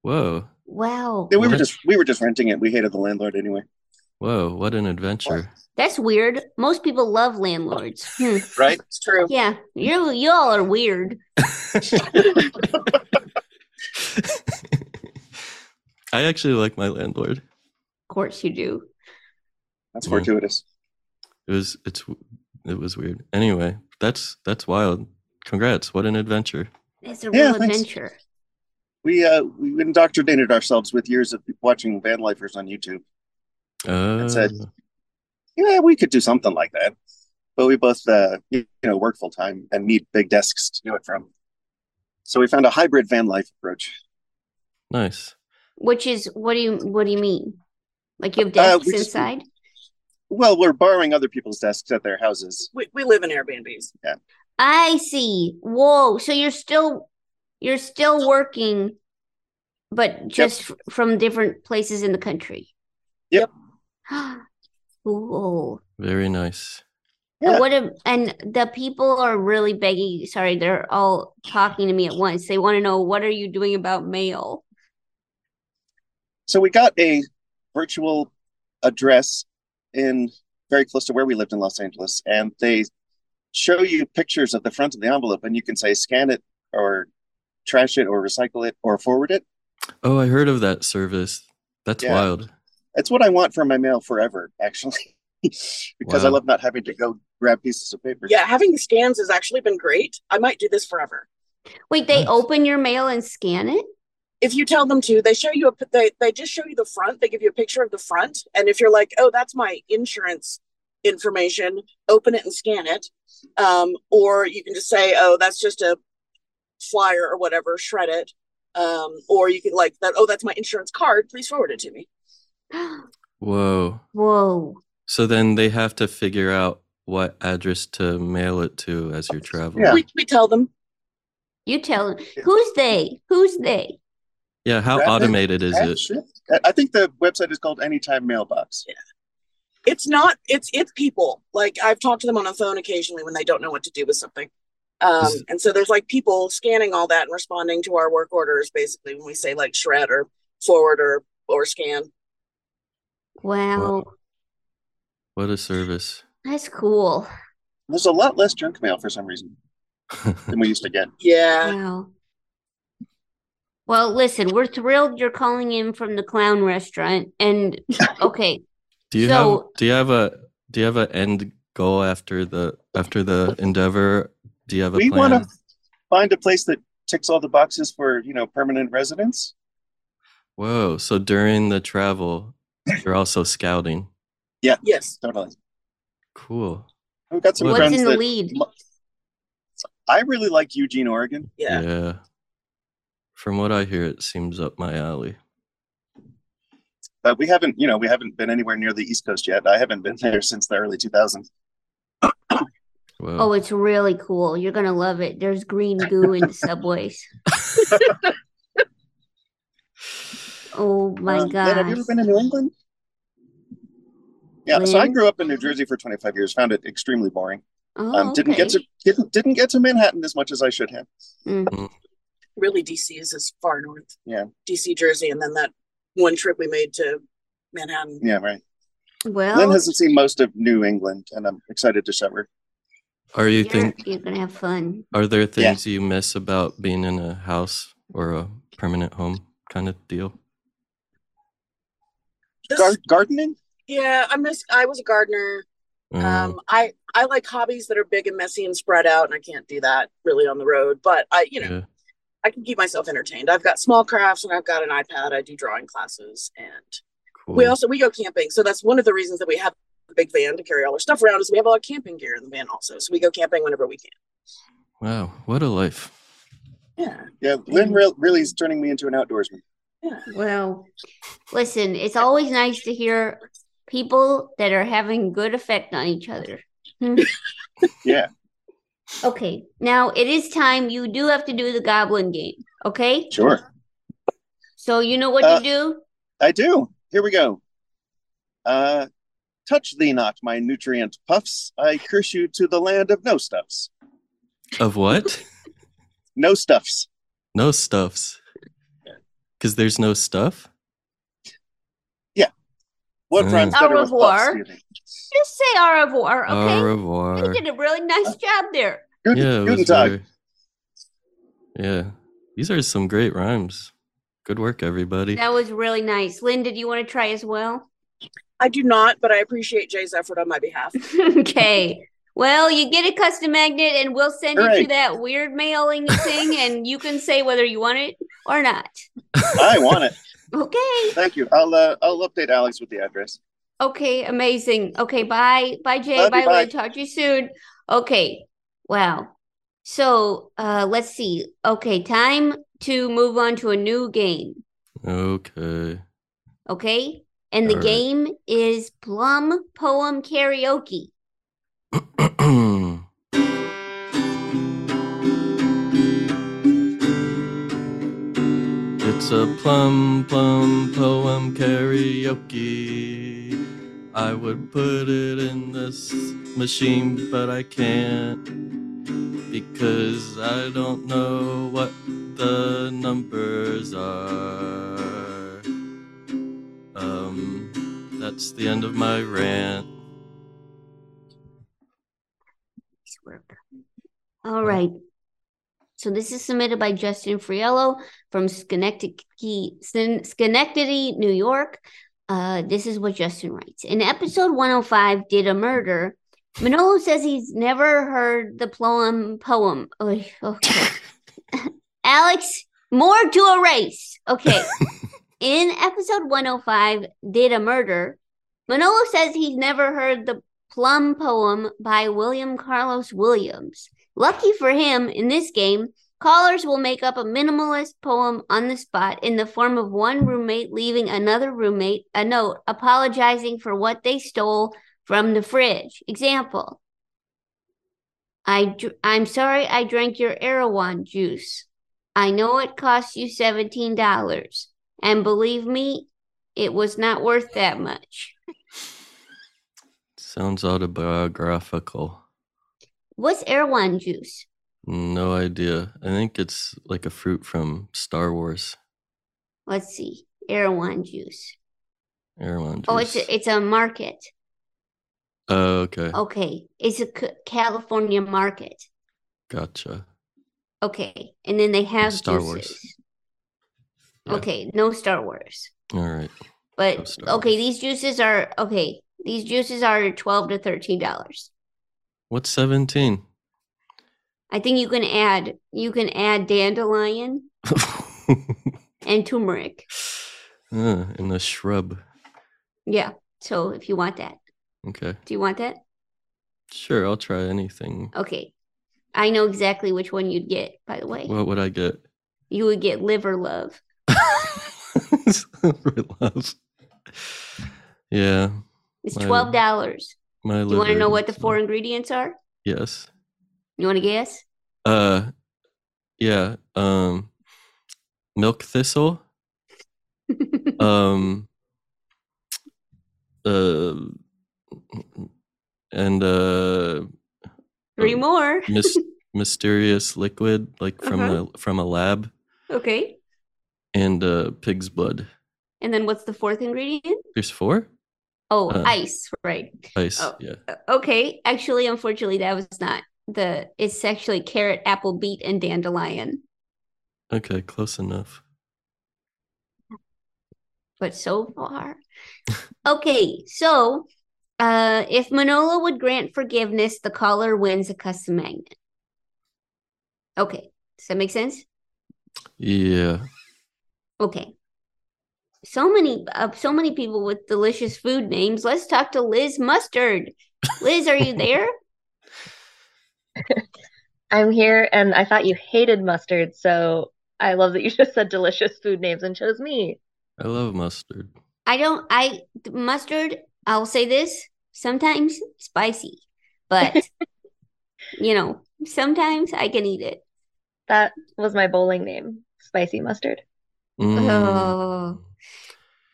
S2: Whoa.
S3: Wow.
S6: Yeah, we were
S2: What?
S6: just we were just renting it. We hated the landlord anyway,
S2: Whoa. What an adventure.
S3: That's weird. Most people love landlords. Hmm.
S6: right?
S7: It's true.
S3: Yeah, you you all are weird.
S2: I actually like my landlord.
S3: Of course you do.
S6: That's
S2: Yeah.
S6: fortuitous.
S2: It was it's it was weird. Anyway, that's that's wild. Congrats. What an adventure.
S3: It's a
S6: Yeah,
S3: real
S6: thanks.
S3: adventure.
S6: We uh we indoctrinated ourselves with years of watching van lifers on YouTube.
S2: Oh.
S6: it. Yeah, we could do something like that, but we both uh you know work full time and need big desks to do it from. So we found a hybrid van life approach.
S2: nice.
S3: Which is what do you what do you mean? Like you have
S6: Uh,
S3: desks
S6: we just-
S3: inside?
S6: Well, we're borrowing other people's desks at their houses.
S7: We, we live in Airbnbs.
S3: I see. Whoa. So you're still you're still working, but just f- from different places in the country.
S6: Yep.
S3: Cool.
S2: Very nice.
S3: And
S6: Yeah.
S3: What a, and the people are really begging. Sorry, they're all talking to me at once. They want to know what are you doing about mail?
S6: So we got a virtual address in very close to where we lived in Los Angeles, and they show you pictures of the front of the envelope, and you can say scan it or trash it or recycle it or forward it.
S2: Oh, I heard of that service. That's
S6: Yeah.
S2: wild.
S6: It's what I want for my mail forever, actually, because I
S2: Wow.
S6: love not having to go grab pieces of paper.
S7: Yeah, having scans has actually been great. I might do this forever.
S3: Wait, they
S2: Nice.
S3: open your mail and scan it?
S7: If you tell them to, they show you a p- they they just show you the front. They give you a picture of the front, and if you're like, oh, that's my insurance information, open it and scan it, um, or you can just say, oh, that's just a flyer or whatever, shred it, um, or you can like that. Oh, that's my insurance card. Please forward it to me.
S2: Whoa.
S3: Whoa.
S2: So then they have to figure out what address to mail it to as you're traveling.
S6: Yeah.
S7: We, we tell them
S3: You tell who's they? Who's they?
S2: Yeah, how
S6: Grab it
S2: automated is
S6: And
S2: it?
S6: shift. I- I think the website is called Anytime Mailbox.
S7: it's not it's it's people like i've talked to them on the phone occasionally when they don't know what to do with something um
S2: Is-
S7: and so there's like people scanning all that and responding to our work orders basically when we say like shred or forward or or scan
S3: Wow.
S2: What a service.
S3: That's cool.
S6: There's a lot less junk mail for some reason than we used to get.
S7: yeah
S3: Wow. Well, listen, we're thrilled you're calling in from the clown restaurant. And okay,
S2: Do you have
S3: So-
S2: do you have a do you have an end goal after the after the endeavor? Do you have a
S6: We
S2: plan?
S6: wanna- Find a place that ticks all the boxes for, you know, permanent residence.
S2: Whoa. So during the travel, you're also scouting.
S7: yes
S6: Totally.
S2: Cool.
S6: We've got some
S2: What's
S3: what's
S6: friends
S3: in the
S6: that
S3: lead?
S6: lo- I really like Eugene, Oregon.
S7: yeah,
S2: From what I hear, it seems up my alley.
S6: But we haven't, you know, we haven't been anywhere near the East Coast yet. I haven't been there since the early 2000s.
S2: Whoa.
S3: Oh, it's really cool. You're gonna love it. There's green goo in the subways. Oh my
S6: Um, Lynn, have you ever
S3: gosh.
S6: been to New England? Yeah, so I
S3: Lynn?
S6: grew up in New Jersey for 25 years. Found it extremely boring.
S3: Oh,
S6: Um, didn't get
S3: okay. Mm.
S6: to didn't didn't get to Manhattan as much as I should have.
S2: Mm.
S7: really dc is as far north
S6: Yeah.
S7: dc jersey and then that one trip we made to manhattan
S6: Yeah, right.
S3: Well,
S6: Lynn hasn't seen most of New England, and I'm excited to show her.
S2: Are you
S3: you're,
S2: think
S3: you're gonna have fun.
S2: are there things you miss about being in a house or a permanent home kind of deal?
S7: This-
S6: Gar- gardening?
S7: yeah i miss i was a gardener
S2: Uh,
S7: Um, I I like hobbies that are big and messy and spread out, and I can't do that really on the road. But I, you know,
S2: yeah.
S7: I can keep myself entertained. I've got small crafts, and I've got an iPad. I do drawing classes, and
S2: Cool.
S7: we also we go camping. So that's one of the reasons that we have a big van to carry all our stuff around is we have all our camping gear in the van also. So we go camping whenever we can.
S2: wow. What a life.
S7: Yeah,
S6: Yeah, Lynn re- really is turning me into an outdoorsman.
S7: Yeah.
S3: Well, listen, it's always nice to hear people that are having good effect on each other. Hmm.
S6: Yeah.
S3: Okay, now it is time. You do have to do the goblin game. Okay,
S6: Sure.
S3: so you know what
S6: Uh,
S3: to do.
S6: I do. Here we go. Uh, touch thee not, my nutrient puffs. I curse you to the land of no stuffs.
S2: Of what?
S6: No stuffs.
S2: no stuffs. Because there's no stuff?
S6: What
S2: Mm.
S6: rhymes
S3: Au
S6: better with puffs?
S3: revoir.
S6: do you think?
S3: Just say au revoir. Okay,
S2: Au
S3: you
S2: revoir.
S3: did a really
S7: Uh,
S3: nice job there.
S6: Guten,
S2: Yeah, it
S6: guten
S2: was
S6: Tag.
S2: very- yeah. These are some great rhymes. Good work, everybody.
S3: That was really nice. Lynn, did you want to try as well?
S7: I do not, but I appreciate Jay's effort on my behalf.
S3: okay. Well, you get a custom magnet and we'll send you to
S6: Hooray.
S3: that weird mailing thing and you can say whether you want it or not.
S6: I want it.
S3: Okay.
S6: Thank you. I'll uh, I'll update Alex with the address.
S3: Okay, amazing. Okay, bye. Bye, Jay.
S6: Love you,
S3: bye,
S6: bye.
S3: Lynn. Talk to you soon. Okay. Wow. So uh let's see. Okay, time to move on to a new game.
S2: Okay.
S3: Okay. And the
S2: All right.
S3: game is Plum Poem Karaoke.
S2: it's a plum plum poem karaoke. I would put it in this machine, but I can't because I don't know what the numbers are. Um, that's the end of my rant.
S3: Nice work. All right. So this is submitted by Justin Friello from Schenectady, Scen- Schenectady, New York. Uh, this is what Justin writes. In episode 105, Did a Murder, Manolo says he's never heard the poem. poem. Oy, Okay. Alex, more to erase. Okay. In episode 105, Did a Murder, Manolo says he's never heard the Plum Poem by William Carlos Williams. Lucky for him, in this game, callers will make up a minimalist poem on the spot in the form of one roommate leaving another roommate a note apologizing for what they stole from the fridge. Example I dr- I'm sorry I drank your Erewhon juice. I know it cost you $17. And believe me, it was not worth that much.
S2: Sounds autobiographical.
S3: What's Erewhon juice?
S2: No idea. I think it's like a fruit from Star Wars.
S3: Let's see. Erewhon juice.
S2: Erewhon juice.
S3: Oh, it's a, it's a market.
S2: Oh, okay.
S3: Okay. It's a C- California market.
S2: Gotcha.
S3: Okay. And then they have
S2: Star Wars.
S3: juices.
S2: Yeah.
S3: Okay. No Star Wars.
S2: All right.
S3: But
S2: No Star
S3: okay,
S2: Wars.
S3: these juices are okay. These juices are 12 to $13.
S2: What's 17?
S3: I think you can add you can add dandelion
S2: uh,
S3: and turmeric.
S2: and the shrub.
S3: Yeah. So if you want that.
S2: Okay.
S3: Do you want that?
S2: Sure, I'll try anything.
S3: Okay. I know exactly which one you'd get, by the way.
S2: What would I get?
S3: you would get liver love.
S2: For love. Yeah.
S3: It's
S2: Why-
S3: twelve dollars.
S2: My
S3: You want to know
S2: liver
S3: what the
S2: is
S3: four
S2: not-
S3: ingredients are?
S2: Yes.
S3: You want to guess?
S2: Uh yeah. Um milk thistle. um uh and uh
S3: Three
S2: um,
S3: more.
S2: mys- mysterious liquid like from
S3: Uh-huh.
S2: a from a lab
S3: Okay.
S2: and uh pig's blood
S3: And then what's the fourth ingredient?
S2: there's four
S3: Oh,
S2: Uh.
S3: ice. Right.
S2: ice
S3: Oh.
S2: yeah
S3: Uh, Okay. Actually, unfortunately, that was not the. It's actually carrot, apple, beet, and dandelion.
S2: okay close enough
S3: But so far, okay. So, uh, if Manolo would grant forgiveness, the caller wins a custom magnet. Okay. Does that make sense?
S2: yeah
S3: Okay. So many uh, so many people with delicious food names. Let's talk to Liz Mustard. Liz, are you there?
S8: I'm here, and I thought you hated mustard, so I love that you just said delicious food names and chose me.
S2: I love mustard.
S3: I don't. I mustard. I'll say this sometimes spicy, but you know sometimes I can eat it.
S8: That was my bowling name, spicy mustard.
S2: Mm.
S3: Oh.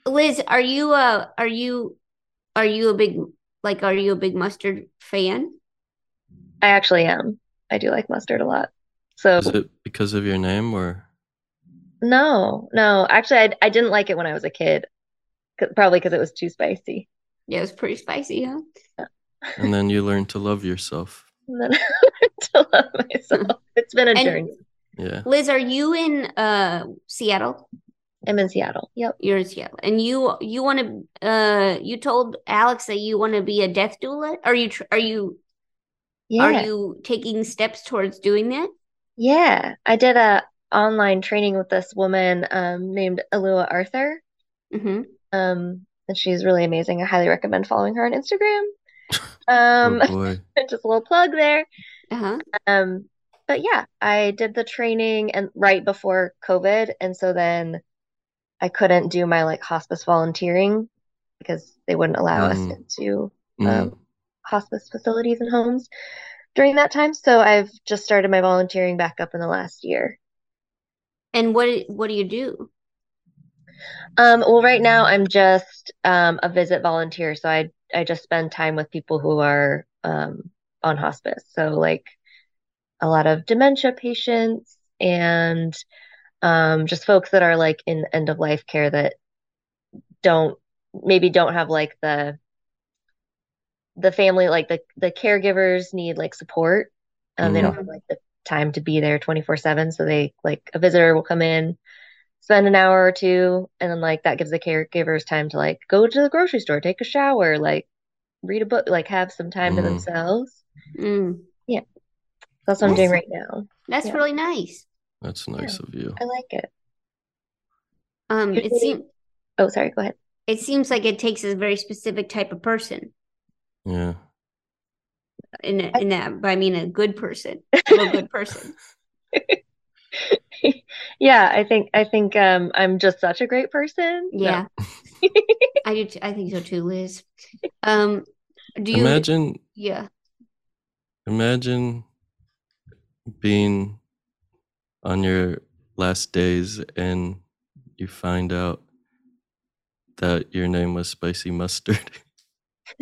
S3: Liz, are you a are you are you a big like are you a big mustard fan?
S8: I actually am. I do like mustard a lot. So
S2: Is it because of your name or?
S8: no, no. Actually, I I didn't like it when I was a kid, 'Cause- probably because it was too spicy.
S3: Yeah, it's pretty spicy, huh?
S2: And then you learn to love yourself.
S8: And then I learned to love myself. It's been a
S3: Mm-hmm. And-
S8: journey.
S2: Yeah.
S3: Liz, are you in uh Seattle?
S8: I'm in Seattle. Yep.
S3: You're in Seattle, and you you want to uh you told Alex that you want to be a death doula. Are you tr- are you
S8: Yeah.
S3: are you taking steps towards doing that?
S8: Yeah, I did a online training with this woman um, named Alua Arthur,
S3: hmm
S8: um, and she's really amazing. I highly recommend following her on Instagram. Um,
S2: oh boy.
S8: just a little plug there.
S3: Uh huh.
S8: Um, but yeah, I did the training and right before COVID, and so then I couldn't do my like hospice volunteering because they wouldn't allow us
S2: Mm.
S8: into
S2: Mm.
S6: Um,
S8: hospice facilities and homes during that time. So I've just started my volunteering back up in the last year.
S3: And what what do you do?
S8: Um, well, right now I'm just um, a visit volunteer, so I I just spend time with people who are um, on hospice. So like a lot of dementia patients and um, just folks that are like in end of life care that don't maybe don't have like the the family like the the caregivers need like support. Um, they don't have like the time to be there 24/7, so they like a visitor will come in spend an hour or two and then like that gives the caregivers time to like go to the grocery store take a shower like read a book like have some time to
S2: Mhm.
S8: themselves
S3: Mm,
S8: that's what i'm doing
S3: Awesome.
S8: right now
S3: that's
S8: Yeah.
S3: really nice.
S2: That's nice of you.
S8: i like it
S3: Um,
S8: You're
S3: it
S8: doing-
S3: seems
S8: oh sorry go ahead
S3: it seems like it takes a very specific type of person.
S2: Yeah.
S3: In
S8: I-
S3: in that, but I mean a good person, a good person.
S8: yeah i think i think um i'm just such a great person No.
S3: Yeah, I do. T- I think so too, Liz. Um, do you?
S2: Imagine
S3: Yeah.
S2: Imagine being on your last days and you find out that your name was Spicy Mustard.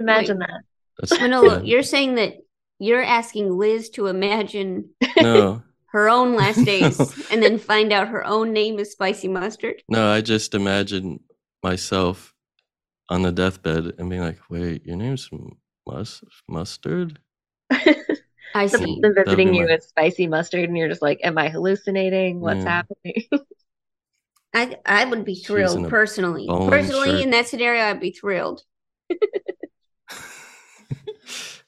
S8: imagine
S2: That's
S3: Manolo,
S2: bad.
S3: you're saying that you're asking Liz to imagine
S2: no,
S3: her own last days
S2: No.
S3: and then find out her own name is spicy mustard.
S2: no, I just imagine myself on the deathbed and being like, wait, your name's Mus- Mustard?
S8: that
S3: I
S8: the
S3: see.
S2: That'd
S8: person
S2: be
S8: visiting you
S2: my-
S8: is spicy mustard and you're just like am i hallucinating what's
S2: Yeah.
S8: happening
S3: I I would be
S2: She's in
S3: thrilled
S2: a
S3: personally.
S2: bowling
S3: Personally,
S2: shirt.
S3: in that scenario, I'd be thrilled.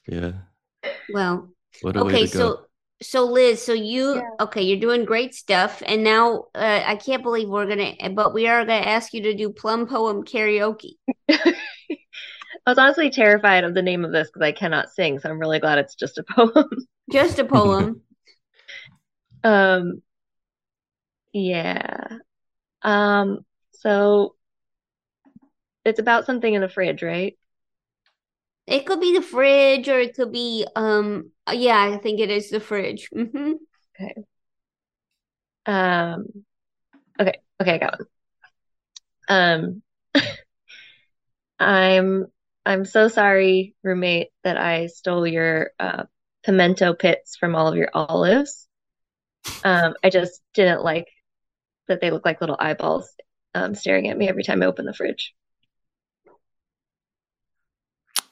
S2: yeah.
S3: Well,
S2: What a way
S3: okay,
S2: to go.
S3: so so Liz, so you
S8: Yeah.
S3: okay? You're doing great stuff, and now uh, I can't believe we're gonna, but we are gonna ask you to do plum poem karaoke.
S8: i was honestly terrified of the name of this because i cannot sing so i'm really glad it's just a poem
S3: Just a poem.
S8: Um, yeah. Um, so it's about something in the fridge, right?
S3: It could be the fridge or it could be um uh, yeah, I think it is the fridge. hmm
S8: Um, okay, okay, I got one. Um, I'm I'm so sorry, roommate, that I stole your uh pimento pits from all of your olives. Um, I just didn't like that they look like little eyeballs um staring at me every time I open the fridge.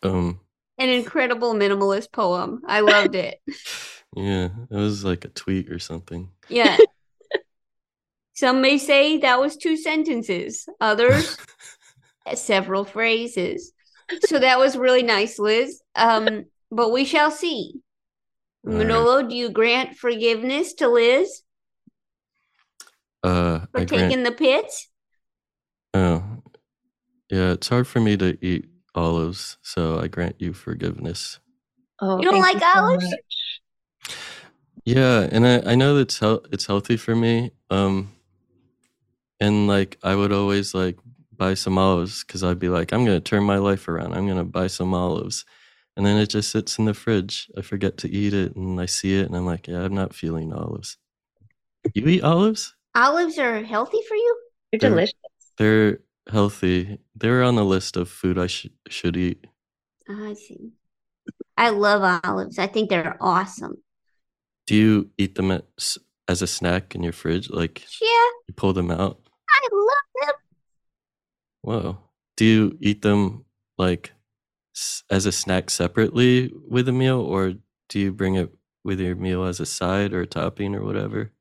S2: Um,
S3: An incredible minimalist poem. I loved it.
S2: yeah, it was like a tweet or something.
S3: Yeah. Some may say that was two sentences, others several phrases. So that was really nice, Liz. Um, but we shall see.
S2: All right.
S3: Manolo, do you grant forgiveness to Liz
S2: Uh,
S3: for
S2: I grant
S3: taking the pits?
S2: Oh, yeah, it's hard for me to eat olives, so I grant you forgiveness.
S8: Oh,
S3: You don't
S8: thank
S3: like
S8: so
S3: olives?
S8: much.
S2: Yeah, and I, I know that's hel- it's healthy for me. Um, and like I would always like buy some olives because I'd be like, I'm gonna turn my life around. I'm gonna buy some olives, and then it just sits in the fridge. I forget to eat it, and I see it, and I'm like, yeah, I'm not feeling olives. You eat olives?
S3: Olives are healthy for you?
S8: They're
S2: They're-
S8: delicious.
S2: They're healthy. They were on the list of food I sh- should eat.
S3: Ah, I see. I love olives. I think they're awesome.
S2: Do you eat them at, s- as a snack in your fridge? Like
S3: Yeah, I
S2: you pull them out?
S3: love them.
S2: Whoa. Do you eat them like s- as a snack separately with a meal, or do you bring it with your meal as a side or a topping or whatever?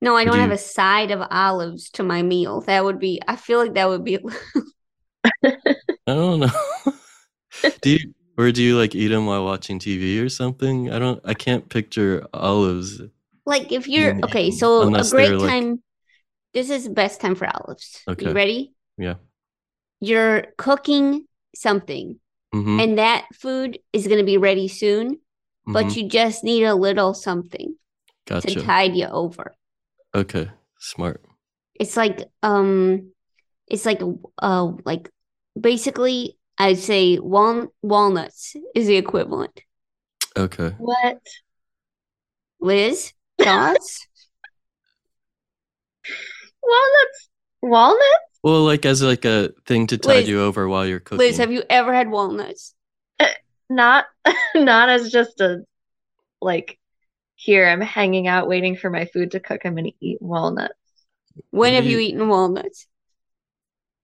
S3: No, I
S2: Would
S3: don't have
S2: you-
S3: a side of olives to my meal. That would be, I feel like that would be,
S2: I don't know. do you or do you like eat them while watching TV or something? I don't. I can't picture olives.
S3: like if you're,
S2: Mm,
S3: okay, so a
S2: unless they're,
S3: great
S2: like-
S3: time, this is the best time for olives.
S2: Okay.
S3: You ready?
S2: Yeah.
S3: You're cooking something,
S2: hmm
S3: and that food is going to be ready soon, but you just need a little something
S2: Mm-hmm. gotcha.
S3: to tide you over.
S2: okay, smart.
S3: It's like um it's like uh like basically I'd say wal walnuts is the equivalent.
S2: Okay.
S8: What?
S3: Liz, thoughts?
S8: Walnuts? Walnuts?
S2: Well, like as like a thing to tide
S3: Liz-
S2: you over while you're cooking.
S3: Liz, have you ever had walnuts?
S8: Not not as just a like here I'm hanging out waiting for my food to cook. I'm gonna eat walnuts.
S3: When have you
S2: You-
S3: eaten walnuts?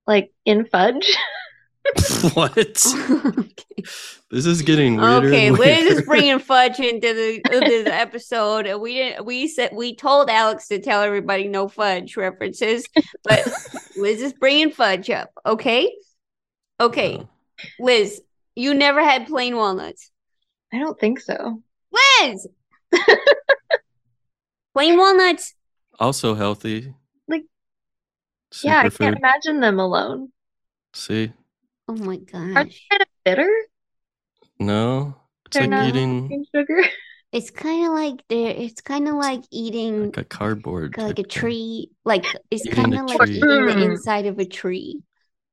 S8: Like in fudge.
S2: what?
S3: okay,
S2: This is getting weirder.
S3: okay
S2: and
S3: Liz is
S2: weirder.
S3: bringing fudge into the, into the episode, and we didn't. We said we told Alex to tell everybody no fudge references, but Liz is bringing fudge up. Okay, okay,
S2: Wow.
S3: Liz, you never had plain walnuts.
S8: I don't think so.
S3: Liz! Plain walnuts.
S2: Also healthy.
S8: Like- Yeah, I can't
S2: superfood.
S8: imagine them alone.
S2: See,
S3: Oh my
S8: Are they
S3: gosh.
S8: kind of bitter?
S2: no, it's
S8: They're
S2: like
S8: not
S2: eating
S8: sugar.
S3: It's kind of like they're, it's kind of like eating
S2: like a cardboard,
S3: like a
S2: type thing.
S3: tree. Like it's
S2: Eating a
S3: kind of like
S2: tree.
S3: eating the
S8: Mm.
S3: inside of a tree.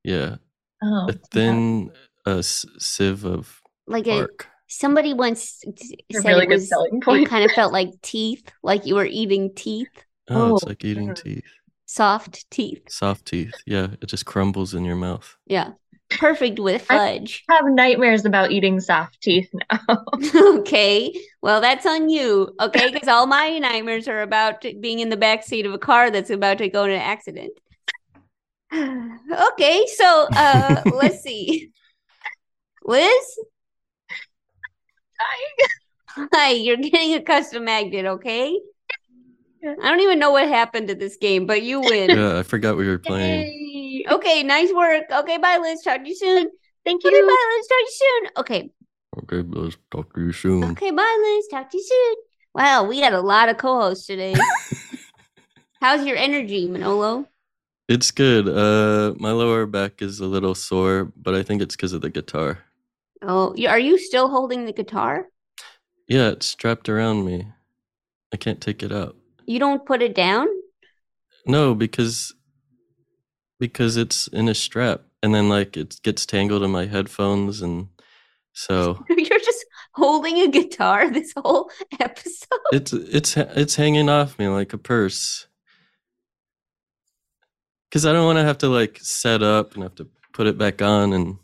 S2: Yeah,
S8: Oh,
S2: a thin uh, s- sieve of
S3: Like a,
S2: bark.
S3: somebody once t-
S8: that's
S3: said
S8: a really
S3: it
S8: good
S3: was,
S8: selling
S3: it
S8: point.
S3: kind of felt like teeth, like you were eating teeth,
S2: Oh, it's
S8: Oh,
S2: like eating
S8: mm.
S2: teeth,
S3: soft teeth.
S2: soft teeth. Yeah, it just crumbles in your mouth.
S3: Yeah. Perfect with
S8: I-
S3: fudge.
S8: I have nightmares about eating soft teeth now.
S3: Okay, well, that's on you. Okay, because all my nightmares are about t- being in the back seat of a car that's about to go in an accident. Okay, so uh, let's see. Liz, hi, you're getting a custom magnet, okay?
S8: Yeah.
S3: I don't even know what happened to this game, but you win.
S2: Yeah, I forgot we were playing.
S8: Yay.
S3: Okay, nice work. Okay, bye, Liz. Talk to you soon.
S8: Thank
S3: Okay,
S8: you.
S3: bye, Liz. Talk to you soon. Okay,
S2: Okay, let's talk to you soon.
S3: Okay, bye, Liz. Talk to you soon. Wow, we had a lot of co-hosts today. How's your energy, Manolo?
S2: It's good. Uh, my lower back is a little sore, but I think it's because of the guitar.
S3: Oh, you- are you still holding the guitar?
S2: Yeah, it's strapped around me. I can't take it out.
S3: You don't put it down?
S2: No, because because it's in a strap, and then like it gets tangled in my headphones, and so
S3: You're just holding a guitar this whole episode.
S2: it's it's ha- it's hanging off me like a purse. Because I don't want to have to like set up and have to put it back on and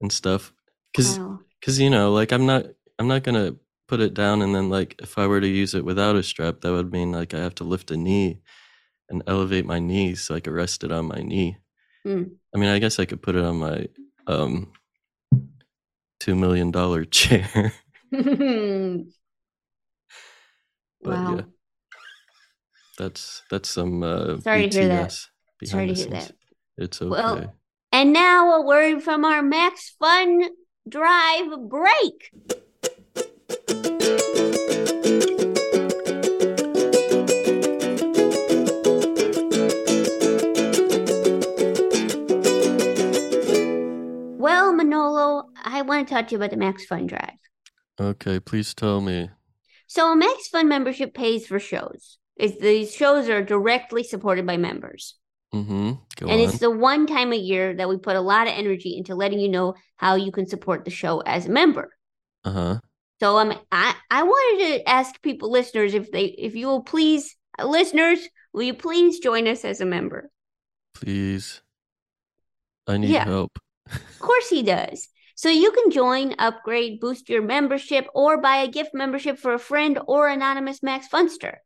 S2: and stuff. Because
S3: Wow.
S2: because you know like i'm not i'm not gonna put it down and then like if i were to use it without a strap that would mean like i have to lift a knee and elevate my knee so i could rest it on my knee
S6: Hmm.
S3: Mm.
S2: i mean i guess i could put it on my um two million dollar chair But yeah,
S3: wow.
S2: that's that's some uh
S3: Sorry to hear that.
S2: BTS
S3: Sorry
S2: behind
S3: to
S2: the
S3: hear that.
S2: scenes. it's okay
S3: Well- And now a word from our Max Fun Drive break. Well, Manolo, I want to talk to you about the Max Fun Drive.
S2: okay please tell me
S3: So a Max Fund membership pays for shows. It's, these shows are directly supported by members.
S2: Mm-hmm. Go
S3: and
S2: on.
S3: it's the one time a year that we put a lot of energy into letting you know how you can support the show as a member.
S2: uh huh.
S3: So um, I I wanted to ask people, listeners, if they if you will please, uh, listeners, will you please join us as a member?
S2: Please. I need
S3: Yeah.
S2: help.
S3: Of course he does. So you can join, upgrade, boost your membership, or buy a gift membership for a friend or anonymous Max Funster.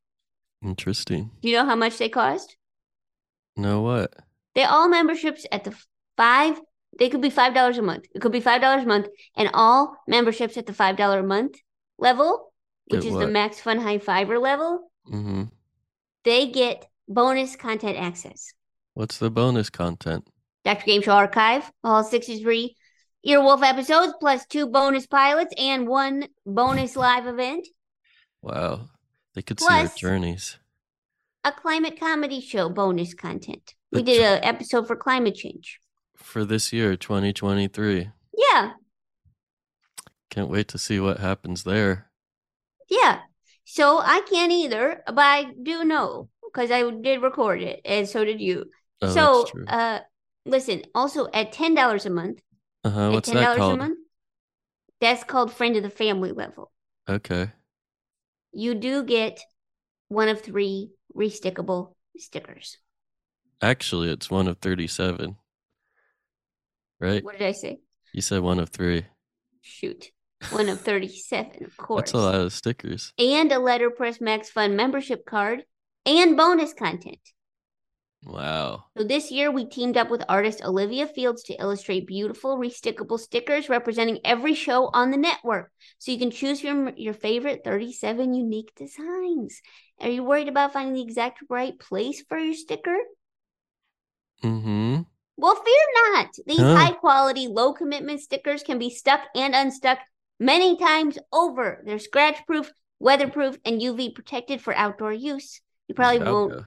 S2: Interesting.
S3: Do you know how much they cost?
S2: Know what?
S3: They all memberships at the five. They could be five dollars a month. It could be five dollars a month, and all memberships at the five dollar a month level, which
S2: Get
S3: is the
S2: what?
S3: Max Fun High Fiver level,
S2: Mm-hmm.
S3: they get bonus content access.
S2: What's the bonus content?
S3: Dr. Game Show Archive, all 63 Earwolf episodes, plus two bonus pilots and one bonus live event,
S2: Wow. They could
S3: Plus-
S2: see our journeys.
S3: a climate comedy show bonus content. We
S2: The
S3: did
S2: tr-
S3: an episode for climate change.
S2: For this year, 2023.
S3: Yeah,
S2: Can't wait to see what happens there.
S3: yeah. So I can't either, but I do know because I did record it, and so did you.
S2: Oh,
S3: so,
S2: that's true.
S3: uh, listen. Also, at ten dollars a month,
S2: Uh huh.
S3: at
S2: What's
S3: ten
S2: that
S3: dollars a
S2: called?
S3: month, that's called friend of the family level.
S2: Okay.
S3: you do get one of three restickable stickers.
S2: Actually, it's one of 37. Right?
S3: What did I say?
S2: You said one of three.
S3: Shoot. One of 37, of course.
S2: That's a lot of stickers.
S3: And a Letterpress Max Fund membership card and bonus content.
S2: Wow.
S3: So this year we teamed up with artist Olivia Fields to illustrate beautiful restickable stickers representing every show on the network. So you can choose your your favorite 37 unique designs. Are you worried about finding the exact right place for your sticker?
S2: Mm hmm.
S3: Well, fear not. These
S2: Huh.
S3: high quality, low commitment stickers can be stuck and unstuck many times over. They're scratch proof, weatherproof, and UV protected for outdoor use. You probably won't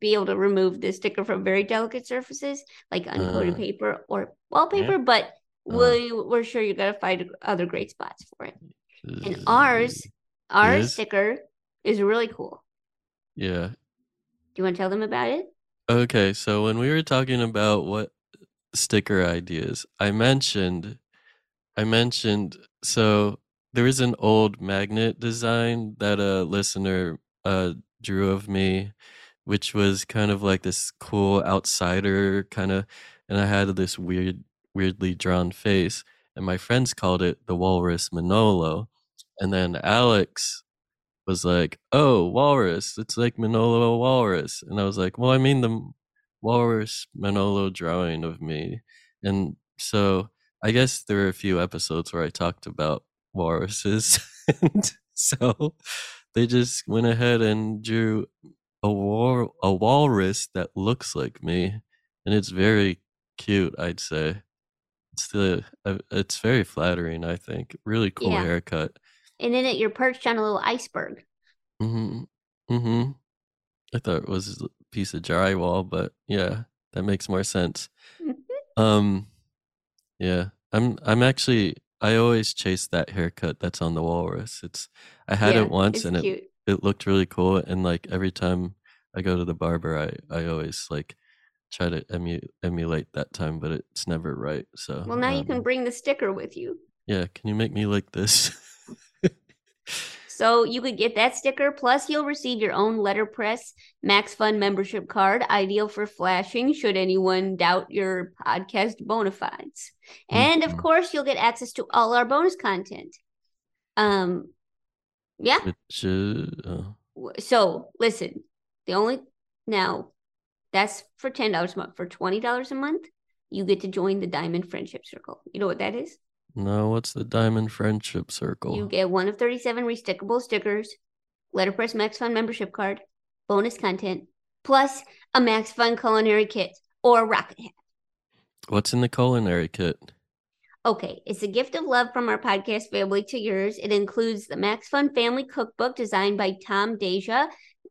S3: be able to remove the sticker from very delicate surfaces like uncoated
S2: Uh. Uh-huh.
S3: paper or wallpaper, but we, we're sure you're going to find other great spots for it. And ours, our
S2: Yes?
S3: sticker is really cool.
S2: Yeah.
S3: Do you want to tell them about it?
S2: Okay, so when we were talking about what sticker ideas, I mentioned, I mentioned, so there is an old magnet design that a listener uh, drew of me, which was kind of like this cool outsider kind of, and I had this weird, weirdly drawn face, and my friends called it the Walrus Manolo, and then Alex was like, "Oh, walrus! It's like Manolo walrus," and I was like, "Well, I mean the m- walrus Manolo drawing of me," and so I guess there were a few episodes where I talked about walruses, and so they just went ahead and drew a war a walrus that looks like me, and it's very cute, I'd say. It's the uh, it's very flattering, I think. Really cool
S3: Yeah.
S2: haircut.
S3: And in it, you're perched on a little iceberg.
S2: Mm-hmm. Mm-hmm. I thought it was a piece of drywall, but yeah, that makes more sense. Um, yeah, I'm. I'm actually. I always chase that haircut that's on the walrus. It's. I had
S3: Yeah,
S2: it once,
S3: it's
S2: and it
S3: cute.
S2: it looked really cool. And like every time I go to the barber, I I always like try to emu- emulate that time, but it's never right. So
S3: Well, now
S2: I
S3: you
S2: don't
S3: can
S2: know.
S3: bring the sticker with you.
S2: Yeah, can you make me like this?
S3: So you could get that sticker, plus you'll receive your own letterpress Max Fun membership card, ideal for flashing should anyone doubt your podcast bona fides. And of
S2: Mhm.
S3: course, you'll get access to all our bonus content. Um, yeah.
S2: Which is, oh,
S3: W- So listen, the only now that's for ten dollars a month. For twenty dollars a month, you get to join the Diamond Friendship Circle. You know what that is?
S2: no, what's the diamond friendship circle?
S3: You get one of 37 restickable stickers, letterpress Max Fun membership card, bonus content, plus a Max Fun culinary kit or a rocket hat.
S2: What's in the culinary kit?
S3: Okay, it's a gift of love from our podcast family to yours. It includes the Max Fun Family Cookbook designed by Tom Deja,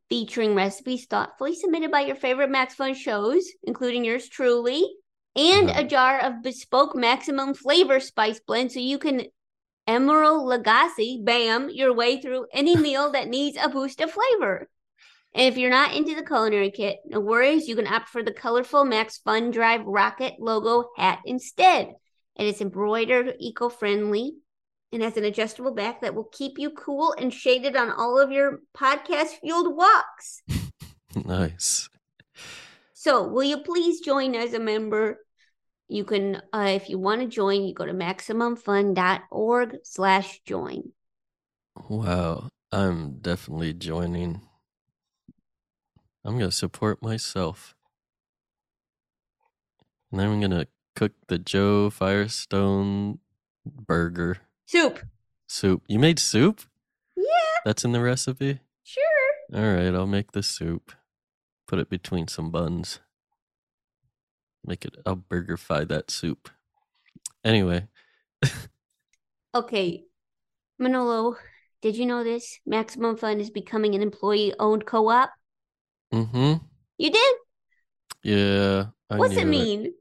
S3: featuring recipes thoughtfully submitted by your favorite Max Fun shows, including yours truly, and
S2: Uh-huh.
S3: a jar of bespoke maximum flavor spice blend so you can Emerald Lagasse, bam, your way through any meal that needs a boost of flavor. And if you're not into the culinary kit, no worries, you can opt for the colorful Max Fun Drive Rocket logo hat instead. And it's embroidered, eco friendly, and has an adjustable back that will keep you cool and shaded on all of your podcast fueled walks.
S2: Nice.
S3: So, will you please join as a member? You can, uh, if you want to join, you go to maximumfun.org slash join.
S2: Wow. I'm definitely joining. I'm going to support myself. And then I'm going to cook the Joe Firestone burger
S3: Soup.
S2: soup. You made soup?
S3: Yeah,
S2: That's in the recipe?
S3: sure.
S2: All right, I'll make the soup. Put it between some buns. Make it, I'll burgerfy that soup. Anyway,
S3: Okay. Manolo, did you know this? Maximum Fun is becoming an employee owned co op.
S2: mm hmm.
S3: You did?
S2: Yeah. I
S3: What's it
S2: knew
S3: mean?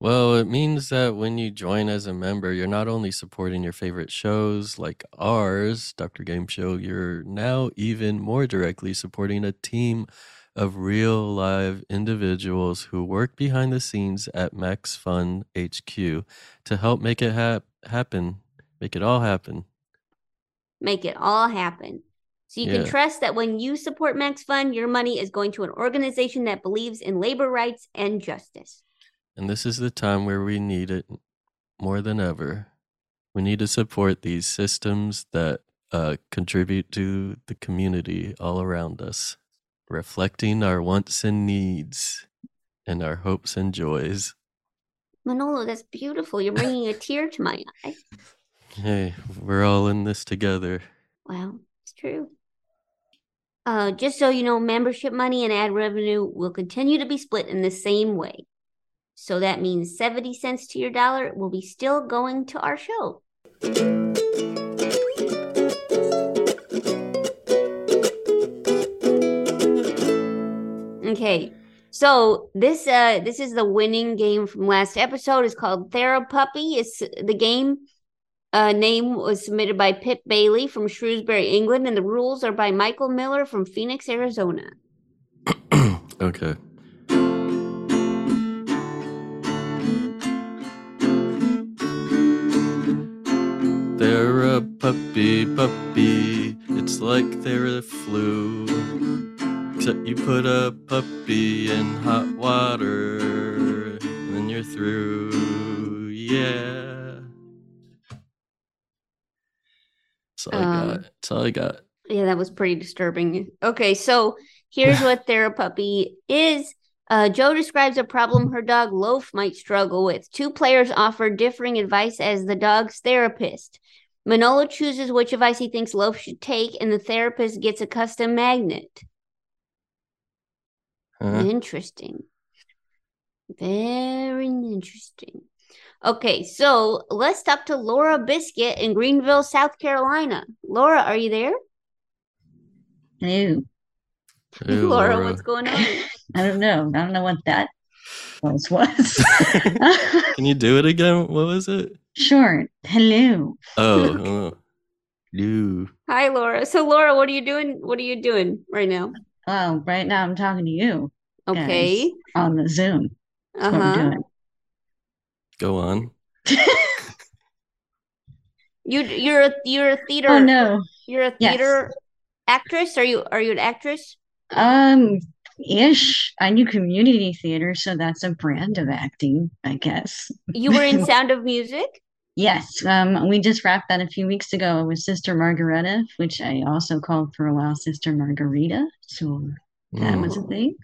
S2: Well, it means that when you join as a member, you're not only supporting your favorite shows like ours, Dr. Game Show, you're now even more directly supporting a team of real live individuals who work behind the scenes at Max Fun HQ to help make it hap- happen, make it all happen.
S3: Make it all happen. So you can
S2: Yeah.
S3: trust that when you support Max Fun, your money is going to an organization that believes in labor rights and justice.
S2: And this is the time where we need it more than ever. We need to support these systems that uh, contribute to the community all around us, reflecting our wants and needs and our hopes and joys.
S3: Manolo, that's beautiful. You're bringing a tear to my eye.
S2: Hey, we're all in this together.
S3: Wow, it's true. Uh, just so you know, membership money and ad revenue will continue to be split in the same way. So that means 70 cents to your dollar will be still going to our show. Okay. So this uh this is the winning game from last episode. It's called Therapuppy. It's the game uh, name was submitted by Pitt Bailey from Shrewsbury, England, and the rules are by Michael Miller from Phoenix, Arizona.
S2: okay. They're a puppy, puppy. It's like they're a flu. Except you put a puppy in hot water, and then you're through. Yeah. That's all I
S3: Um,
S2: got. That's all I got.
S3: Yeah, that was pretty disturbing. Okay, so here's what Therapuppy is. Uh, Joe describes a problem her dog Loaf might struggle with. Two players offer differing advice as the dog's therapist. Manolo chooses which advice he thinks Loaf should take, and the therapist gets a custom magnet.
S2: Huh?
S3: Interesting. Very interesting. Okay, so let's talk to Laura Biscuit in Greenville, South Carolina. Laura, are you there?
S9: Hello.
S2: Hey,
S3: Laura,
S2: Laura.
S3: what's going on?
S9: I don't know. I don't know what that was. was.
S2: Can you do it again? What was it?
S9: sure. Hello.
S2: Oh, oh. you.
S3: Hi, Laura. So, Laura, what are you doing? What are you doing right now?
S9: Well, right now I'm talking to you guys
S3: Okay.
S9: on the Zoom.
S3: Uh
S9: That's what I'm
S3: huh.
S9: doing.
S2: Go on.
S3: You you're a you're a theater.
S9: oh no.
S3: You're a
S9: Yes.
S3: theater actress. Are you are you an actress?
S9: Um ish. I do community theater, so that's a brand of acting, I guess.
S3: You were in Sound of Music.
S9: Yes. Um we just wrapped that a few weeks ago with Sister Margareta, which I also called for a while Sister Margarita. So that was a thing.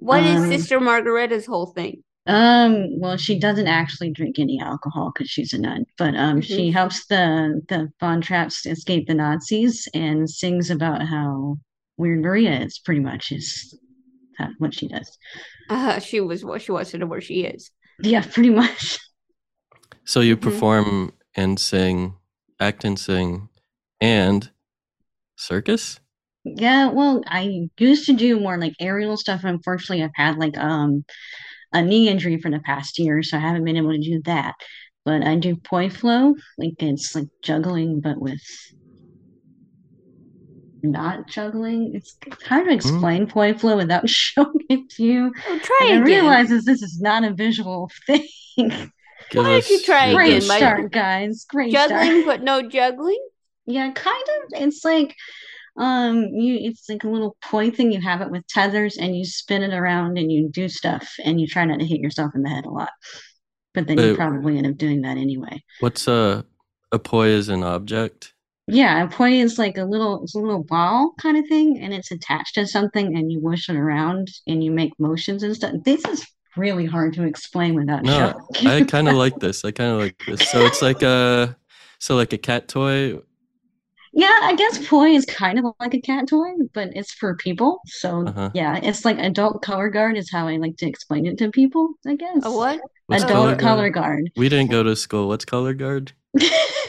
S3: What is
S9: Um,
S3: Sister Margareta's whole thing?
S9: Um, well, she doesn't actually drink any alcohol because she's a nun, but um, she helps the the Von Trapps escape the Nazis and sings about how weird Maria is. Pretty much is that what she does.
S3: Uh, she was what she was to know where she is.
S9: Yeah, pretty much.
S2: So you
S3: Mhm.
S2: perform and sing, act and sing, and circus?
S9: Yeah, well, I used to do more like aerial stuff. Unfortunately, I've had like um a knee injury for the past year, so I haven't been able to do that. But I do poi flow, like it's like juggling, but with not juggling. It's hard
S3: Hmm.
S9: to explain poi flow without showing it to you.
S3: Oh, try
S9: And I
S3: again.
S9: realizes this is not a visual thing.
S2: Give
S3: Why don't
S2: us
S3: you try
S2: your
S9: Great
S3: again,
S2: best.
S3: Mike?
S9: start, guys. Great start.
S3: juggling, but no juggling.
S9: Yeah, kind of. It's like um you it's like a little poi thing. You have it with tethers and you spin it around and you do stuff and you try not to hit yourself in the head a lot. But then you
S2: Wait.
S9: probably end up doing that anyway.
S2: What's a a poi is an object?
S9: Yeah, a poi is like a little it's a little ball kind of thing and it's attached to something and you wish it around and you make motions and stuff. This is really hard to explain without
S2: No,
S9: showing.
S2: I kind of like this. I kind of like this. So it's like a so like a cat toy.
S9: Yeah, I guess poi is kind of like a cat toy, but it's for people. So
S2: Uh-huh.
S9: yeah, it's like adult color guard is how I like to explain it to people, I guess.
S3: A what?
S2: What's
S9: Adult
S2: color
S9: color
S2: guard?
S9: guard.
S2: We didn't go to school. What's color guard?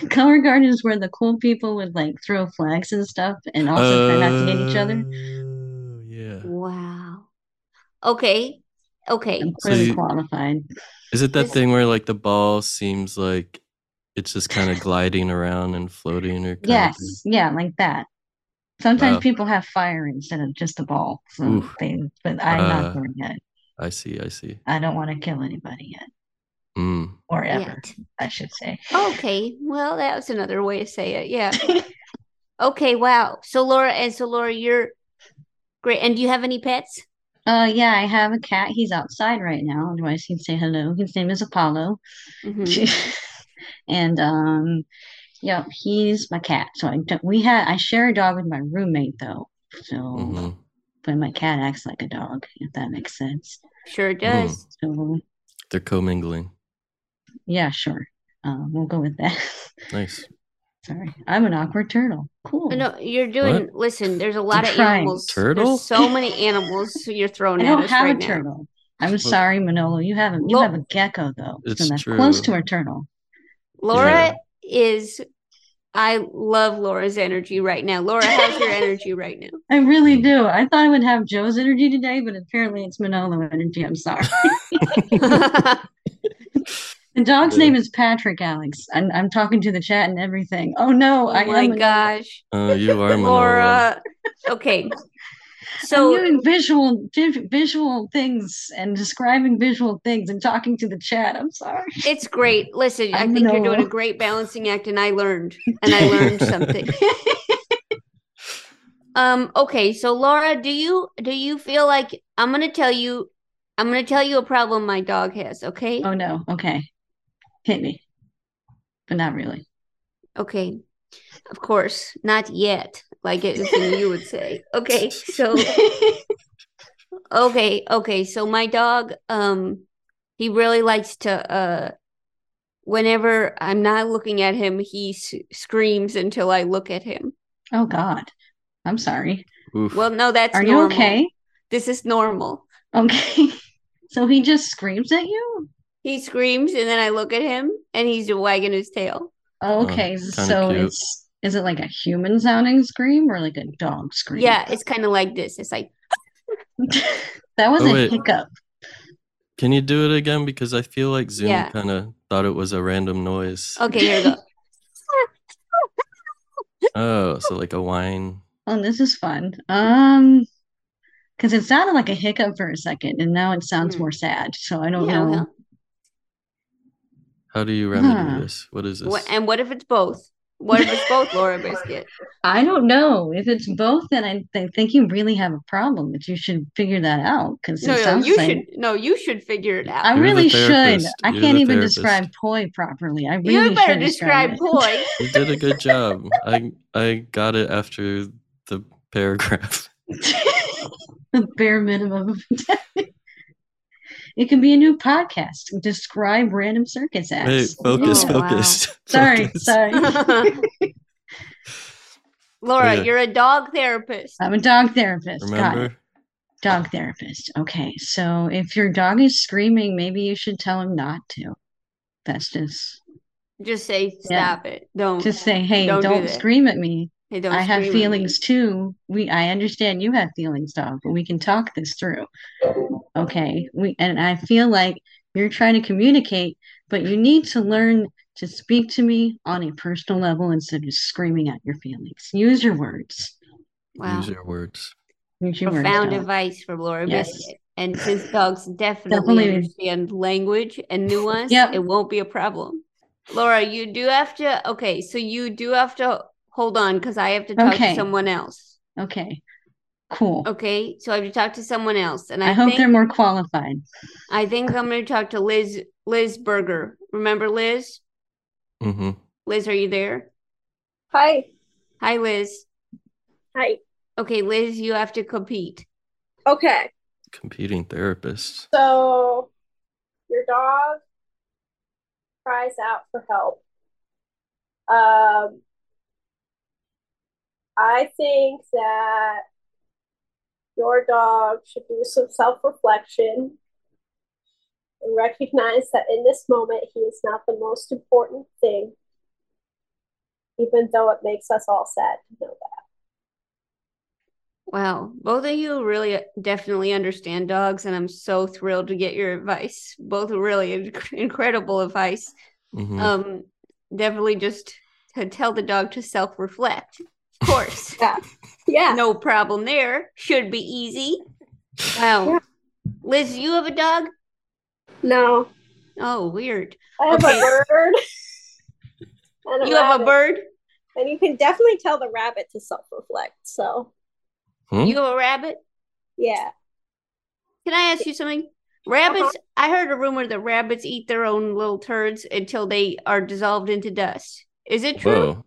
S9: Color guard is where the cool people would like throw flags and stuff and also try not to hit each other.
S2: Oh, Yeah.
S3: Wow. Okay. Okay.
S9: I'm
S2: So
S9: clearly
S2: you-
S9: qualified.
S2: Is it that
S3: This-
S2: thing where like the ball seems like it's just kind of gliding around and floating or kind
S9: Yes, yeah, like that. Sometimes
S2: Wow.
S9: people have fire instead of just a ball. So
S2: Oof.
S9: they, but I'm
S2: Uh,
S9: not doing it.
S2: I see, I see.
S9: I don't want to kill anybody yet
S2: Mm.
S9: or ever,
S3: Yet.
S9: I should say.
S3: Okay. Well, that was another way to say it. Yeah. Okay. Wow. So Laura, and so Laura, you're great. And do you have any pets?
S9: Uh, yeah, I have a cat. He's outside right now. Otherwise, he'd say hello. His name is Apollo.
S3: Mhm.
S9: And um, yeah, he's my cat. So I don't, we had I share a dog with my roommate though. So,
S2: hmm
S9: but my cat acts like a dog, if that makes sense.
S3: Sure
S2: Mm-hmm.
S3: does.
S9: So
S2: They're commingling.
S9: yeah, sure. Um, we'll go with that.
S2: Nice.
S9: Sorry, I'm an awkward turtle. Cool.
S3: No, you're doing. Listen, there's a lot of
S9: Surprise.
S3: animals.
S2: Turtle?
S3: There's so many animals you're throwing
S9: I
S3: at
S9: don't
S3: us
S9: have
S3: right
S9: a
S3: now.
S9: turtle. I'm sorry, Manolo. You have a you
S3: Lo-
S9: have a gecko though, so
S2: It's
S9: that's close
S2: true.
S9: to a turtle.
S3: Laura is. I love Laura's energy right now. Laura, how's your energy right now?
S9: I really
S3: Hmm.
S2: Mm.
S9: do. I thought I would have Joe's energy today, but apparently it's Manolo energy. I'm sorry. The dog's
S2: Yeah.
S9: name is Patrick, Alex. I'm, I'm talking to the chat and everything. Oh no,
S3: oh
S9: I
S3: my
S9: am a-
S3: gosh,
S2: Oh, you are Manolo.
S3: Laura. Okay, so
S9: I'm doing visual vi- visual things and describing visual things and talking to the chat. I'm sorry.
S3: It's great. Listen, I
S9: I'm
S3: think you're doing
S9: Manolo.
S3: a great balancing act, and I learned, and I learned something. Um, okay, so Laura, do you do you feel like I'm gonna tell you, I'm gonna tell you a problem my dog has? Okay,
S9: Oh no. Okay. Hit me. But not really.
S3: okay, of course, not yet. Like anything you would say. Okay, so okay, okay, so my dog, um, he really likes to, uh, whenever I'm not looking at him, he s- screams until I look at him.
S9: Oh God. I'm sorry.
S2: Oof.
S3: Well, no, that's
S9: Are you
S3: normal.
S9: okay?
S3: This is normal.
S9: Okay. So he just screams at you?
S3: He screams, and then I look at him, and he's wagging his tail.
S9: Oh,
S2: Oh,
S9: okay.
S2: kinda
S9: So
S2: cute.
S9: it's is it like a human sounding scream or like a dog scream?
S3: Yeah, it's kind of like this. It's like,
S9: That was
S2: Oh,
S9: a
S2: wait.
S9: hiccup.
S2: Can you do it again? Because I feel like Zoom
S3: Yeah.
S2: kind of thought it was a random noise.
S3: okay, here we go.
S2: Oh, so like a whine.
S9: Oh, this is fun. Um, because it sounded like a hiccup for a second, and now it sounds
S3: Hmm.
S9: more sad. So I don't
S3: Yeah,
S9: know.
S3: well,
S2: How do you remedy
S9: Huh.
S2: this? What is this?
S3: what, and what if it's both? What if it's both, Laura Biscuit?
S9: I don't know. If it's both, then I th- think you really have a problem. That you should figure that out because
S3: No,
S9: it
S3: no,
S9: sounds
S3: you
S9: like
S3: should. No, you should figure it
S9: I
S3: out.
S2: You're the
S9: really should.
S2: therapist.
S9: I
S2: You're
S9: can't
S2: the
S9: even
S2: therapist.
S9: describe poi properly. I
S3: You
S9: really
S3: better
S9: should
S3: describe
S9: describe it.
S3: poi.
S2: You did a good job. I I got it after the paragraph.
S9: the bare minimum. of It can be a new podcast. Describe random circus
S2: Wait,
S9: acts.
S2: focus,
S3: Oh, wow.
S2: focus.
S9: Sorry,
S2: focus.
S9: sorry.
S3: Laura,
S2: Okay.
S3: you're a dog therapist.
S9: I'm a dog therapist. Got it.
S2: Remember?
S9: Dog therapist. Okay. So if your dog is screaming, maybe you should tell him not to. That's just
S3: Just say
S9: Yeah.
S3: stop it. Don't.
S9: just say, hey,
S3: Don't
S9: don't,
S3: do that.
S9: scream at me.
S3: Hey, don't
S9: I
S3: scream
S9: have
S3: at me.
S9: feelings too. We I understand you have feelings, dog, but we can talk this through. Okay. We and I feel like You're trying to communicate, but you need to learn to speak to me on a personal level instead of screaming out your feelings. Use your words.
S10: Wow.
S2: Use your words.
S9: Use your
S10: Profound
S9: words. Dog.
S10: advice from Laura
S9: Yes.
S10: Biscuit. And since dogs definitely,
S9: Definitely.
S10: understand language and nuance,
S9: Yep.
S10: it won't be a problem. Laura, you do have to, okay, so you do have to hold on because I have to talk
S9: Okay.
S10: to someone else.
S9: Okay. Cool.
S10: Okay, so I have to talk to someone else. And I,
S9: I, hope
S10: think,
S9: they're more qualified.
S10: I think I'm going to talk to Liz, Liz Berger. Remember Liz?
S2: Mm-hmm.
S10: Liz, are you there?
S5: Hi.
S10: Hi, Liz.
S5: Hi.
S10: Okay, Liz, you have to compete.
S5: Okay.
S2: Competing therapists.
S5: So your dog cries out for help. Um, I think that your dog should do some self reflection and recognize that in this moment he is not the most important thing, even though it makes us all sad to know that.
S10: Wow, both of you really uh, definitely understand dogs, and I'm so thrilled to get your advice. Both really inc- incredible advice.
S2: Mm-hmm.
S10: Um, definitely just to tell the dog to self reflect. Of course,
S5: Yeah.
S10: no problem there. Should be easy. Wow,
S5: Yeah.
S10: Liz, you have a dog?
S5: No.
S10: Oh, weird.
S5: I have
S10: Okay.
S5: a bird. and
S10: You have a
S5: rabbit.
S10: bird?
S5: And you can definitely tell the rabbit to self reflect. So,
S2: Hmm?
S10: You have a rabbit?
S5: yeah.
S10: Can I ask you something? Rabbits, I heard a rumor that rabbits eat their own little turds until they are dissolved into dust. Is it true?
S2: Whoa.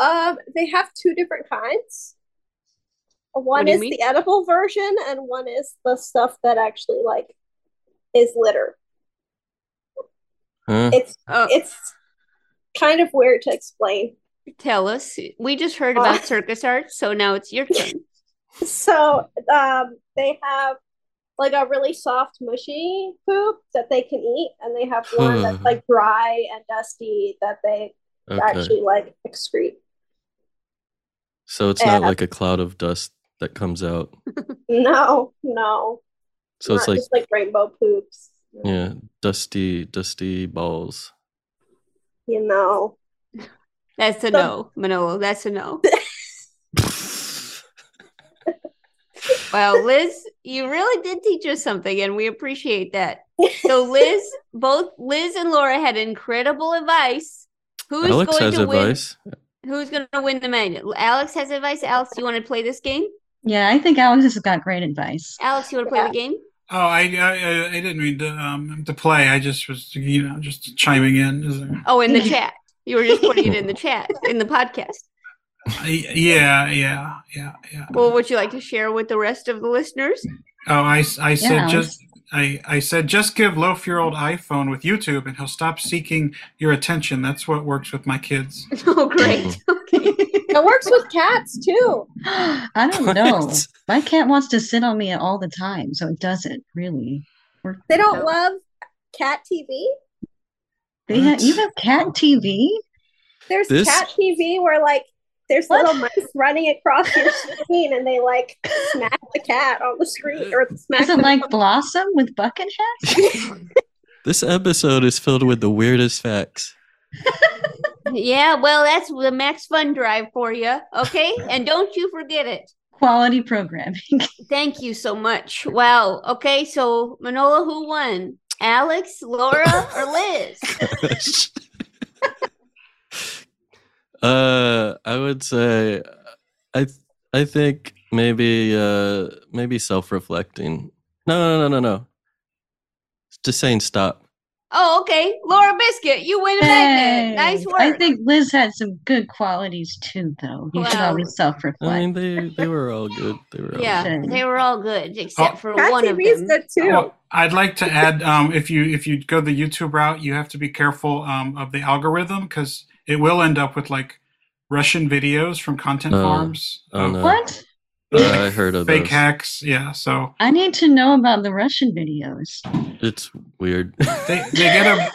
S5: Um, they have two different kinds. One
S10: do you
S5: is
S10: mean?
S5: the edible version, and one is the stuff that actually like is litter.
S2: Huh?
S5: It's
S10: Uh,
S5: it's kind of weird to explain.
S10: tell us. We just heard
S5: Uh,
S10: about circus arts, so now it's your turn.
S5: So, um, they have like a really soft, mushy poop that they can eat, and they have one that's like dry and dusty that they
S2: Hmm. Okay.
S5: actually like excrete.
S2: So it's not
S5: Yeah.
S2: like a cloud of dust that comes out.
S5: No, no,
S2: So it's
S5: not
S2: like
S5: just like rainbow poops.
S2: yeah, dusty, dusty balls.
S5: You know,
S10: That's a
S5: So-
S10: no, Manolo. That's a no. Wow, Liz, you really did teach us something, and we appreciate that. So, Liz, both Liz and Laura had incredible advice. Who's
S2: Alex
S10: going
S2: has
S10: to win?
S2: advice.
S10: Who's going to win the magnet? Alex has advice. Alex, you want to play this game?
S9: Yeah, I think Alex has got great advice.
S10: Alex, you want to play the game?
S4: Oh, I I, I- I didn't mean to um to play. I just was you know just chiming in. Is there-
S10: Oh, in the chat. You were just putting it in the chat, in the podcast.
S3: Oh.
S4: I, yeah, yeah, yeah, yeah.
S10: Well, would you like to share with the rest of the listeners?
S4: Oh, I, I said
S9: Yeah, Alex.
S4: just I, I said just give Loaf your old iPhone with YouTube and he'll stop seeking your attention. That's what works with my kids.
S10: Oh,
S2: Hmm.
S10: great. Okay.
S5: it works with cats too.
S9: I don't know.
S2: What?
S9: My cat wants to sit on me all the time, so it doesn't really. work.
S5: They don't
S10: No.
S5: love cat TV.
S9: They have, you
S2: What?
S9: have cat TV?
S5: There's
S2: This-
S5: cat TV where like there's
S9: What?
S5: little mice running across your screen and they like smack the cat on the screen or smack
S9: Is it
S5: the-
S9: like Blossom with Buckethead?
S2: This episode is filled with the weirdest facts.
S10: Yeah, well, that's the Max Fun Drive for you. Okay. And don't you forget it.
S9: Quality programming.
S10: Thank you so much. Wow. Okay. So, Manola, who won? Alex, Laura, or Liz?
S2: uh, I would say, I th- I think maybe uh maybe self reflecting. No, no, no, no, no. Just saying stop.
S10: Oh, okay. Laura Biscuit, you win a magnet. Nice
S9: Hey,
S10: work.
S9: I think Liz had some good qualities too, though. You should
S10: Wow.
S9: always
S2: I
S9: self-reflect.
S2: mean, they they were all good. They were all good.
S10: yeah,
S9: Okay.
S10: they were all good except for
S5: cat
S10: one of
S5: TV is
S10: them.
S5: good too.
S4: Well, I'd like to add um, if you if you go the YouTube route, you have to be careful um, of the algorithm because it will end up with like Russian videos from content
S2: Oh,
S4: farms.
S2: oh,
S4: of,
S2: no.
S9: What?
S2: Yeah, I heard of
S4: fake
S2: those.
S4: hacks. Yeah, so
S9: I need to know about the Russian videos.
S2: It's weird.
S4: they they get a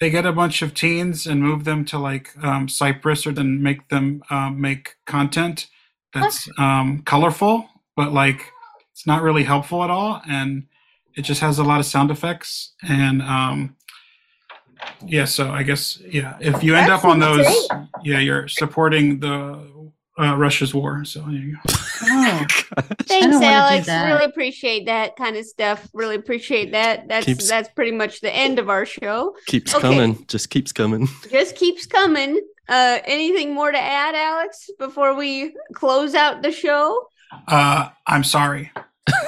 S4: they get a bunch of teens and move them to like um, Cyprus or then make them um, make content that's um, colorful, but like it's not really helpful at all. And It just has a lot of sound effects and um yeah, so I guess yeah, if you end up on those,
S11: Excellent.
S4: yeah, you're supporting the uh, Russia's war. So there you go.
S9: Oh, I
S10: Thanks,
S9: don't wanna do
S10: Alex.
S9: that.
S10: Really appreciate that kind of stuff. Really appreciate that. That's
S2: Keeps-
S10: that's pretty much the end of our show.
S2: Keeps
S10: Okay.
S2: coming, just keeps coming.
S10: Just keeps coming. Uh, anything more to add, Alex, before we close out the show?
S4: Uh, I'm sorry.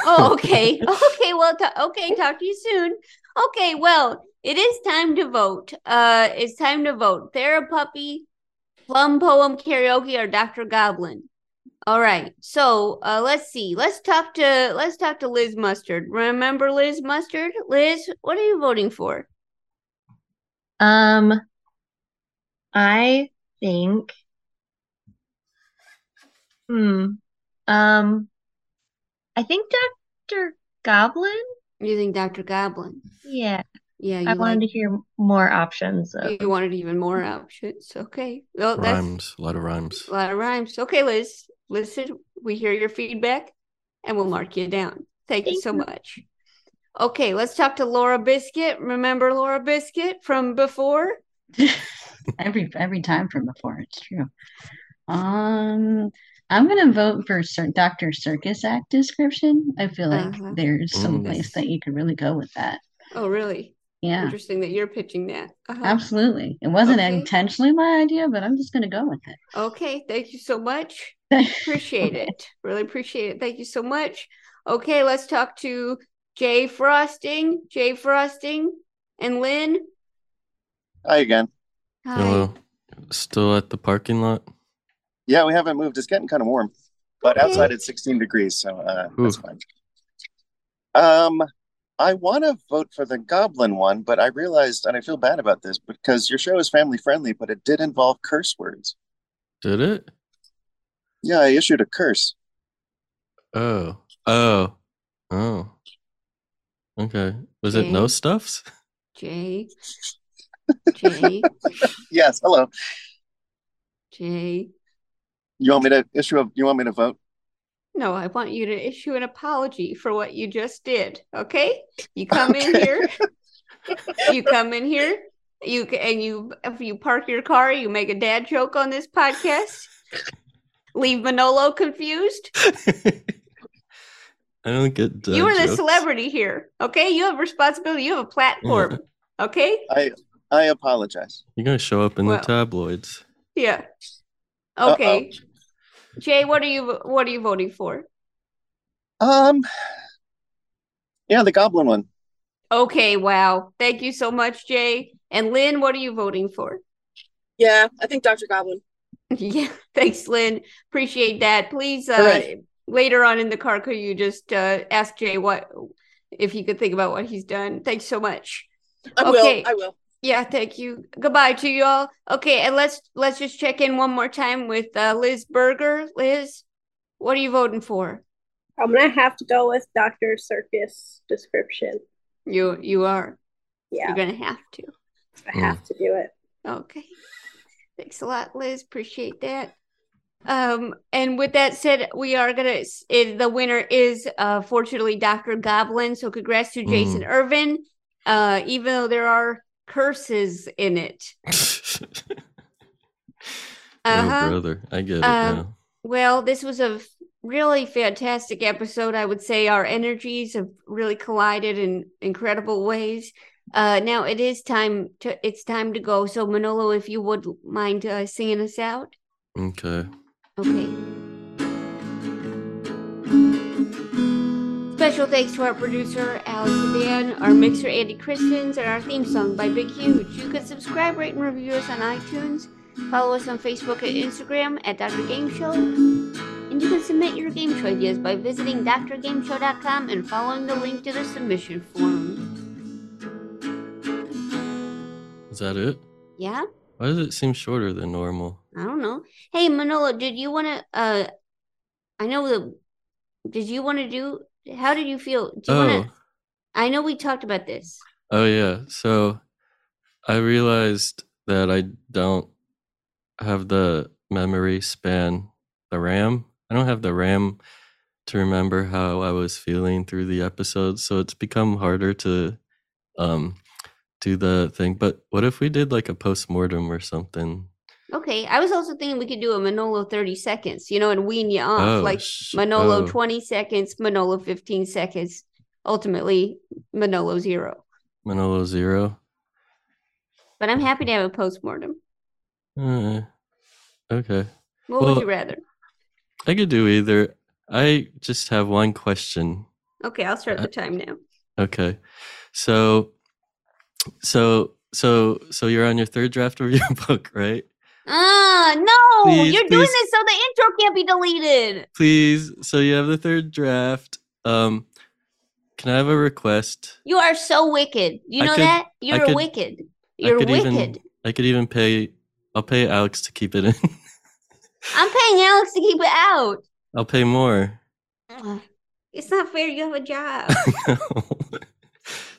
S10: Oh, okay. okay. Well, ta- okay. Talk to you soon. Okay. Well, it is time to vote. Uh, it's time to vote. Therapuppy, Plum Poem Karaoke, or Dr. Goblin. All right. So uh, let's see. Let's talk to let's talk to Liz Mustard. Remember Liz Mustard? Liz, what are you voting for?
S8: Um, I think, hmm, um, I think Dr. Goblin.
S10: You think Dr. Goblin?
S8: Yeah,
S10: Yeah. You
S8: I wanted to hear more options
S10: like,
S8: of
S10: you wanted even more options. Okay. Well, that's
S2: Rhymes, a lot of rhymes.
S10: A lot of rhymes. Okay, Liz. Listen, we hear your feedback and we'll mark you down. Thank you
S8: Thank
S10: so
S8: you.
S10: much. Okay, let's talk to Laura Biscuit. Remember Laura Biscuit from before?
S9: every every time from before, it's true. Um, I'm gonna vote for Sir, Dr. Circus Act description. I feel like
S10: Uh-huh.
S9: there's
S2: Mm.
S9: some place that you could really go with that.
S10: Oh, really?
S9: Yeah,
S10: Interesting that you're pitching that. Uh-huh.
S9: absolutely. It wasn't
S10: Okay.
S9: intentionally my idea, but I'm just gonna go with it.
S10: Okay, thank you so much. Appreciate it. Really appreciate it. Thank you so much. Okay, let's talk to Jay Frosting. Jay Frosting and Lynn.
S6: Hi again.
S10: Hi.
S2: Hello. Still at the parking lot?
S6: Yeah, we haven't moved. It's getting kind of warm, but
S10: Okay.
S6: outside it's 16 degrees, so uh, that's
S2: Oof.
S6: fine. Um, I want to vote for the Goblin one, but I realized, and I feel bad about this because your show is family friendly, but it did involve curse words.
S2: Did it?
S6: Yeah, I issued a curse.
S2: Oh. Oh. Oh. Okay. Was it no
S10: Okay.
S2: stuffs?
S10: Jay. Jay.
S6: Yes, hello.
S10: Jay.
S6: You want me to issue a? You want me to vote?
S10: No, I want you to issue an apology for what you just did. Okay? You come in
S6: Okay.
S10: here. you come in here. You ca- and you if you park your car, you make a dad joke on this podcast. Leave Manolo confused.
S2: I don't get dad
S10: you are the
S2: jokes.
S10: celebrity here. Okay? You have responsibility. You have a platform. Okay?
S6: I I apologize.
S2: You're gonna show up in
S10: Well.
S2: the tabloids.
S10: Yeah.
S6: Uh-oh.
S10: Okay. Jay, what are you what are you voting for?
S6: Um, yeah, the Goblin one.
S10: Okay, wow. Thank you so much, Jay. And Lynn, what are you voting for?
S5: Yeah, I think Dr. Goblin.
S10: Yeah, thanks, Lynn. Appreciate that. Please, uh,
S6: Hooray.
S10: later on in the car, could you just uh, ask Jay what if he could think about what he's done? Thanks so much.
S5: I
S10: Okay.
S5: will. I will.
S10: Yeah, thank you. Goodbye to you all. Okay, and let's let's just check in one more time with uh, Liz Berger. Liz, what are you voting for?
S11: I'm gonna have to go with Dr. Circus description.
S10: You you are.
S11: Yeah,
S10: You're gonna have to.
S11: I have to do it.
S10: Okay. Thanks a lot, Liz. Appreciate that. Um, and with that said, we are gonna. It, the winner is uh, fortunately Dr. Goblin. So congrats to Jason
S2: Mm.
S10: Irvin. Uh, even though there are curses in it. Uh
S2: Oh
S10: huh.
S2: brother, I get it
S10: Um,
S2: now.
S10: Well, this was a f- really fantastic episode. I would say our energies have really collided in incredible ways. Uh, now it is time to it's time to go. So Manolo, if you would mind uh, singing us out,
S2: Okay.
S10: okay. Special thanks to our producer Alex Van, our mixer Andy Christens, and our theme song by Big Huge. You can subscribe, rate, and review us on iTunes. Follow us on Facebook and Instagram at Dr. Game Show. And you can submit your game show ideas by visiting drgameshow.com and following the link to the submission form.
S2: Is that it?
S10: Yeah?
S2: Why does it seem shorter than normal?
S10: I don't know. Hey, Manolo, did you want to? Uh, I know the. Did you want to do? How did you feel? Do you
S2: oh.
S10: want to? I know we talked about this.
S2: Oh yeah. So I realized that I don't have the memory span, the RAM. I don't have the RAM to remember how I was feeling through the episode, so it's become harder to um do the thing. But what if we did like a post mortem or something?
S3: Okay, I was also thinking we could do a Manolo 30 seconds, you know, and wean you off.
S2: Oh,
S3: like
S2: sh-
S3: Manolo
S2: oh.
S3: 20 seconds, Manolo 15 seconds, ultimately Manolo zero.
S2: Manolo Zero.
S3: But I'm happy to have a postmortem.
S2: Uh, okay.
S3: What would you
S2: Well-
S3: rather?
S2: I could do either. I just have one question.
S3: Okay, I'll start
S2: Uh,
S3: the time now.
S2: Okay. So so so so you're on your third draft of your book, right?
S3: Ah, no,
S2: please,
S3: you're doing
S2: please.
S3: this so the intro can't be deleted.
S2: Please. So you have the third draft. Um can I have a request?
S3: You are so wicked. You
S2: I
S3: know
S2: could-
S3: that? You're
S2: could-
S3: wicked.
S2: I
S3: You're
S2: could
S3: wicked.
S2: even I could even pay I'll pay Alex to keep it in.
S3: I'm paying Alex to keep it out.
S2: I'll pay more.
S3: Ugh, It's not fair. You have a job.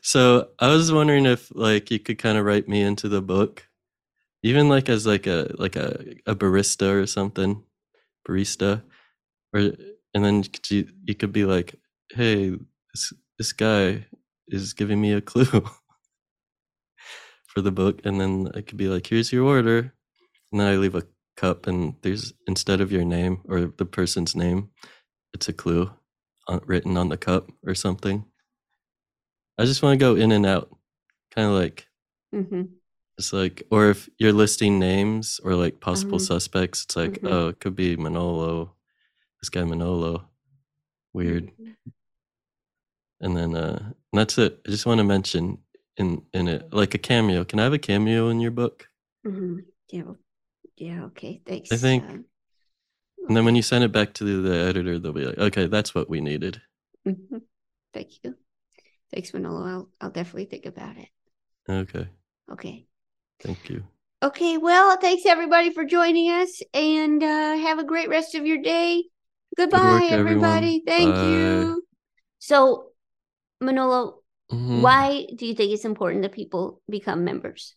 S2: so I was wondering if like you could kind of write me into the book, even like as like a like a, a barista or something, barista, or and then you could, you, you could be like, hey, this this guy is giving me a clue for the book, and then I could be like, here's your order, and then I leave a cup, and there's instead of your name or the person's name, it's a clue on, written on the cup or something. I just want to go in and out, kind of like
S3: hmm
S2: it's like, or if you're listing names or like possible
S3: Mhm.
S2: suspects, it's like,
S3: Mhm.
S2: oh, it could be Manolo, this guy Manolo, weird. And then uh, and that's it. I just want to mention in in it like a cameo. Can I have a cameo in your book?
S3: hmm Yeah. well, Yeah. Okay. Thanks.
S2: think-
S3: um,
S2: And then when you send it back to the, the editor, they'll be like, okay, that's what we needed.
S3: mhm. Thank you. Thanks, Manolo. I'll, I'll definitely think about it.
S2: Okay,
S3: Okay.
S2: thank you.
S3: Okay. Well, thanks everybody for joining us and uh, have a great rest of your day. Goodbye,
S2: everyone.
S3: everybody. Thank
S2: Bye.
S3: you. So, Manolo,
S2: Mhm.
S3: why do you think it's important that people become members?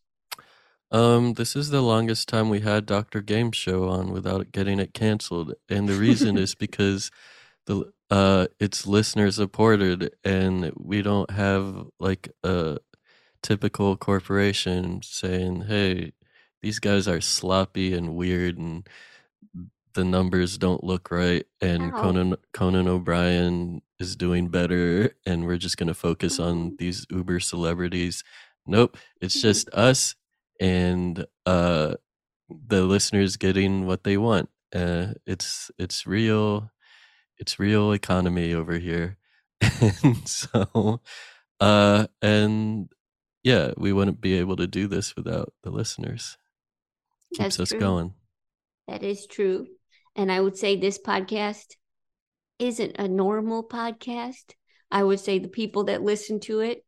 S2: Um, this is the longest time we had Doctor Game Show on without it getting it canceled, and the reason is because the uh it's listener supported, and we don't have like a typical corporation saying, "Hey, these guys are sloppy and weird, and the numbers don't look right, and
S3: Ow.
S2: Conan Conan O'Brien is doing better, and we're just gonna focus on
S3: Mhm.
S2: these uber celebrities." Nope, it's
S3: Mhm.
S2: just us and uh the listeners getting what they want uh it's it's real it's real economy over here and so uh and yeah we wouldn't be able to do this without the listeners keeps
S3: That's
S2: us
S3: true.
S2: going
S3: That is true. And I would say this podcast isn't a normal podcast. I would say the people that listen to it,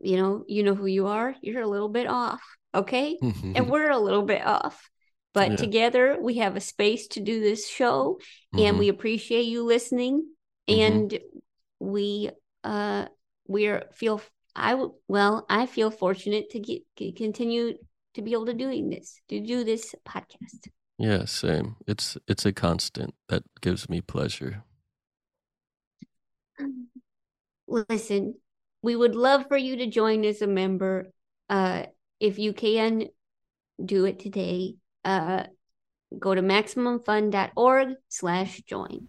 S3: you know, you know who you are. You're a little bit off, okay? and we're a little bit off. But
S2: Yeah.
S3: together we have a space to do this show and
S2: Mhm.
S3: we appreciate you listening
S2: Mhm.
S3: and we uh we're feel I w- well, I feel fortunate to get, get continue to be able to doing this, to do this podcast.
S2: yeah same it's it's a constant that gives me pleasure
S3: Listen, we would love for you to join as a member. Uh, if you can do it today, uh, go to maximumfund.org slash join.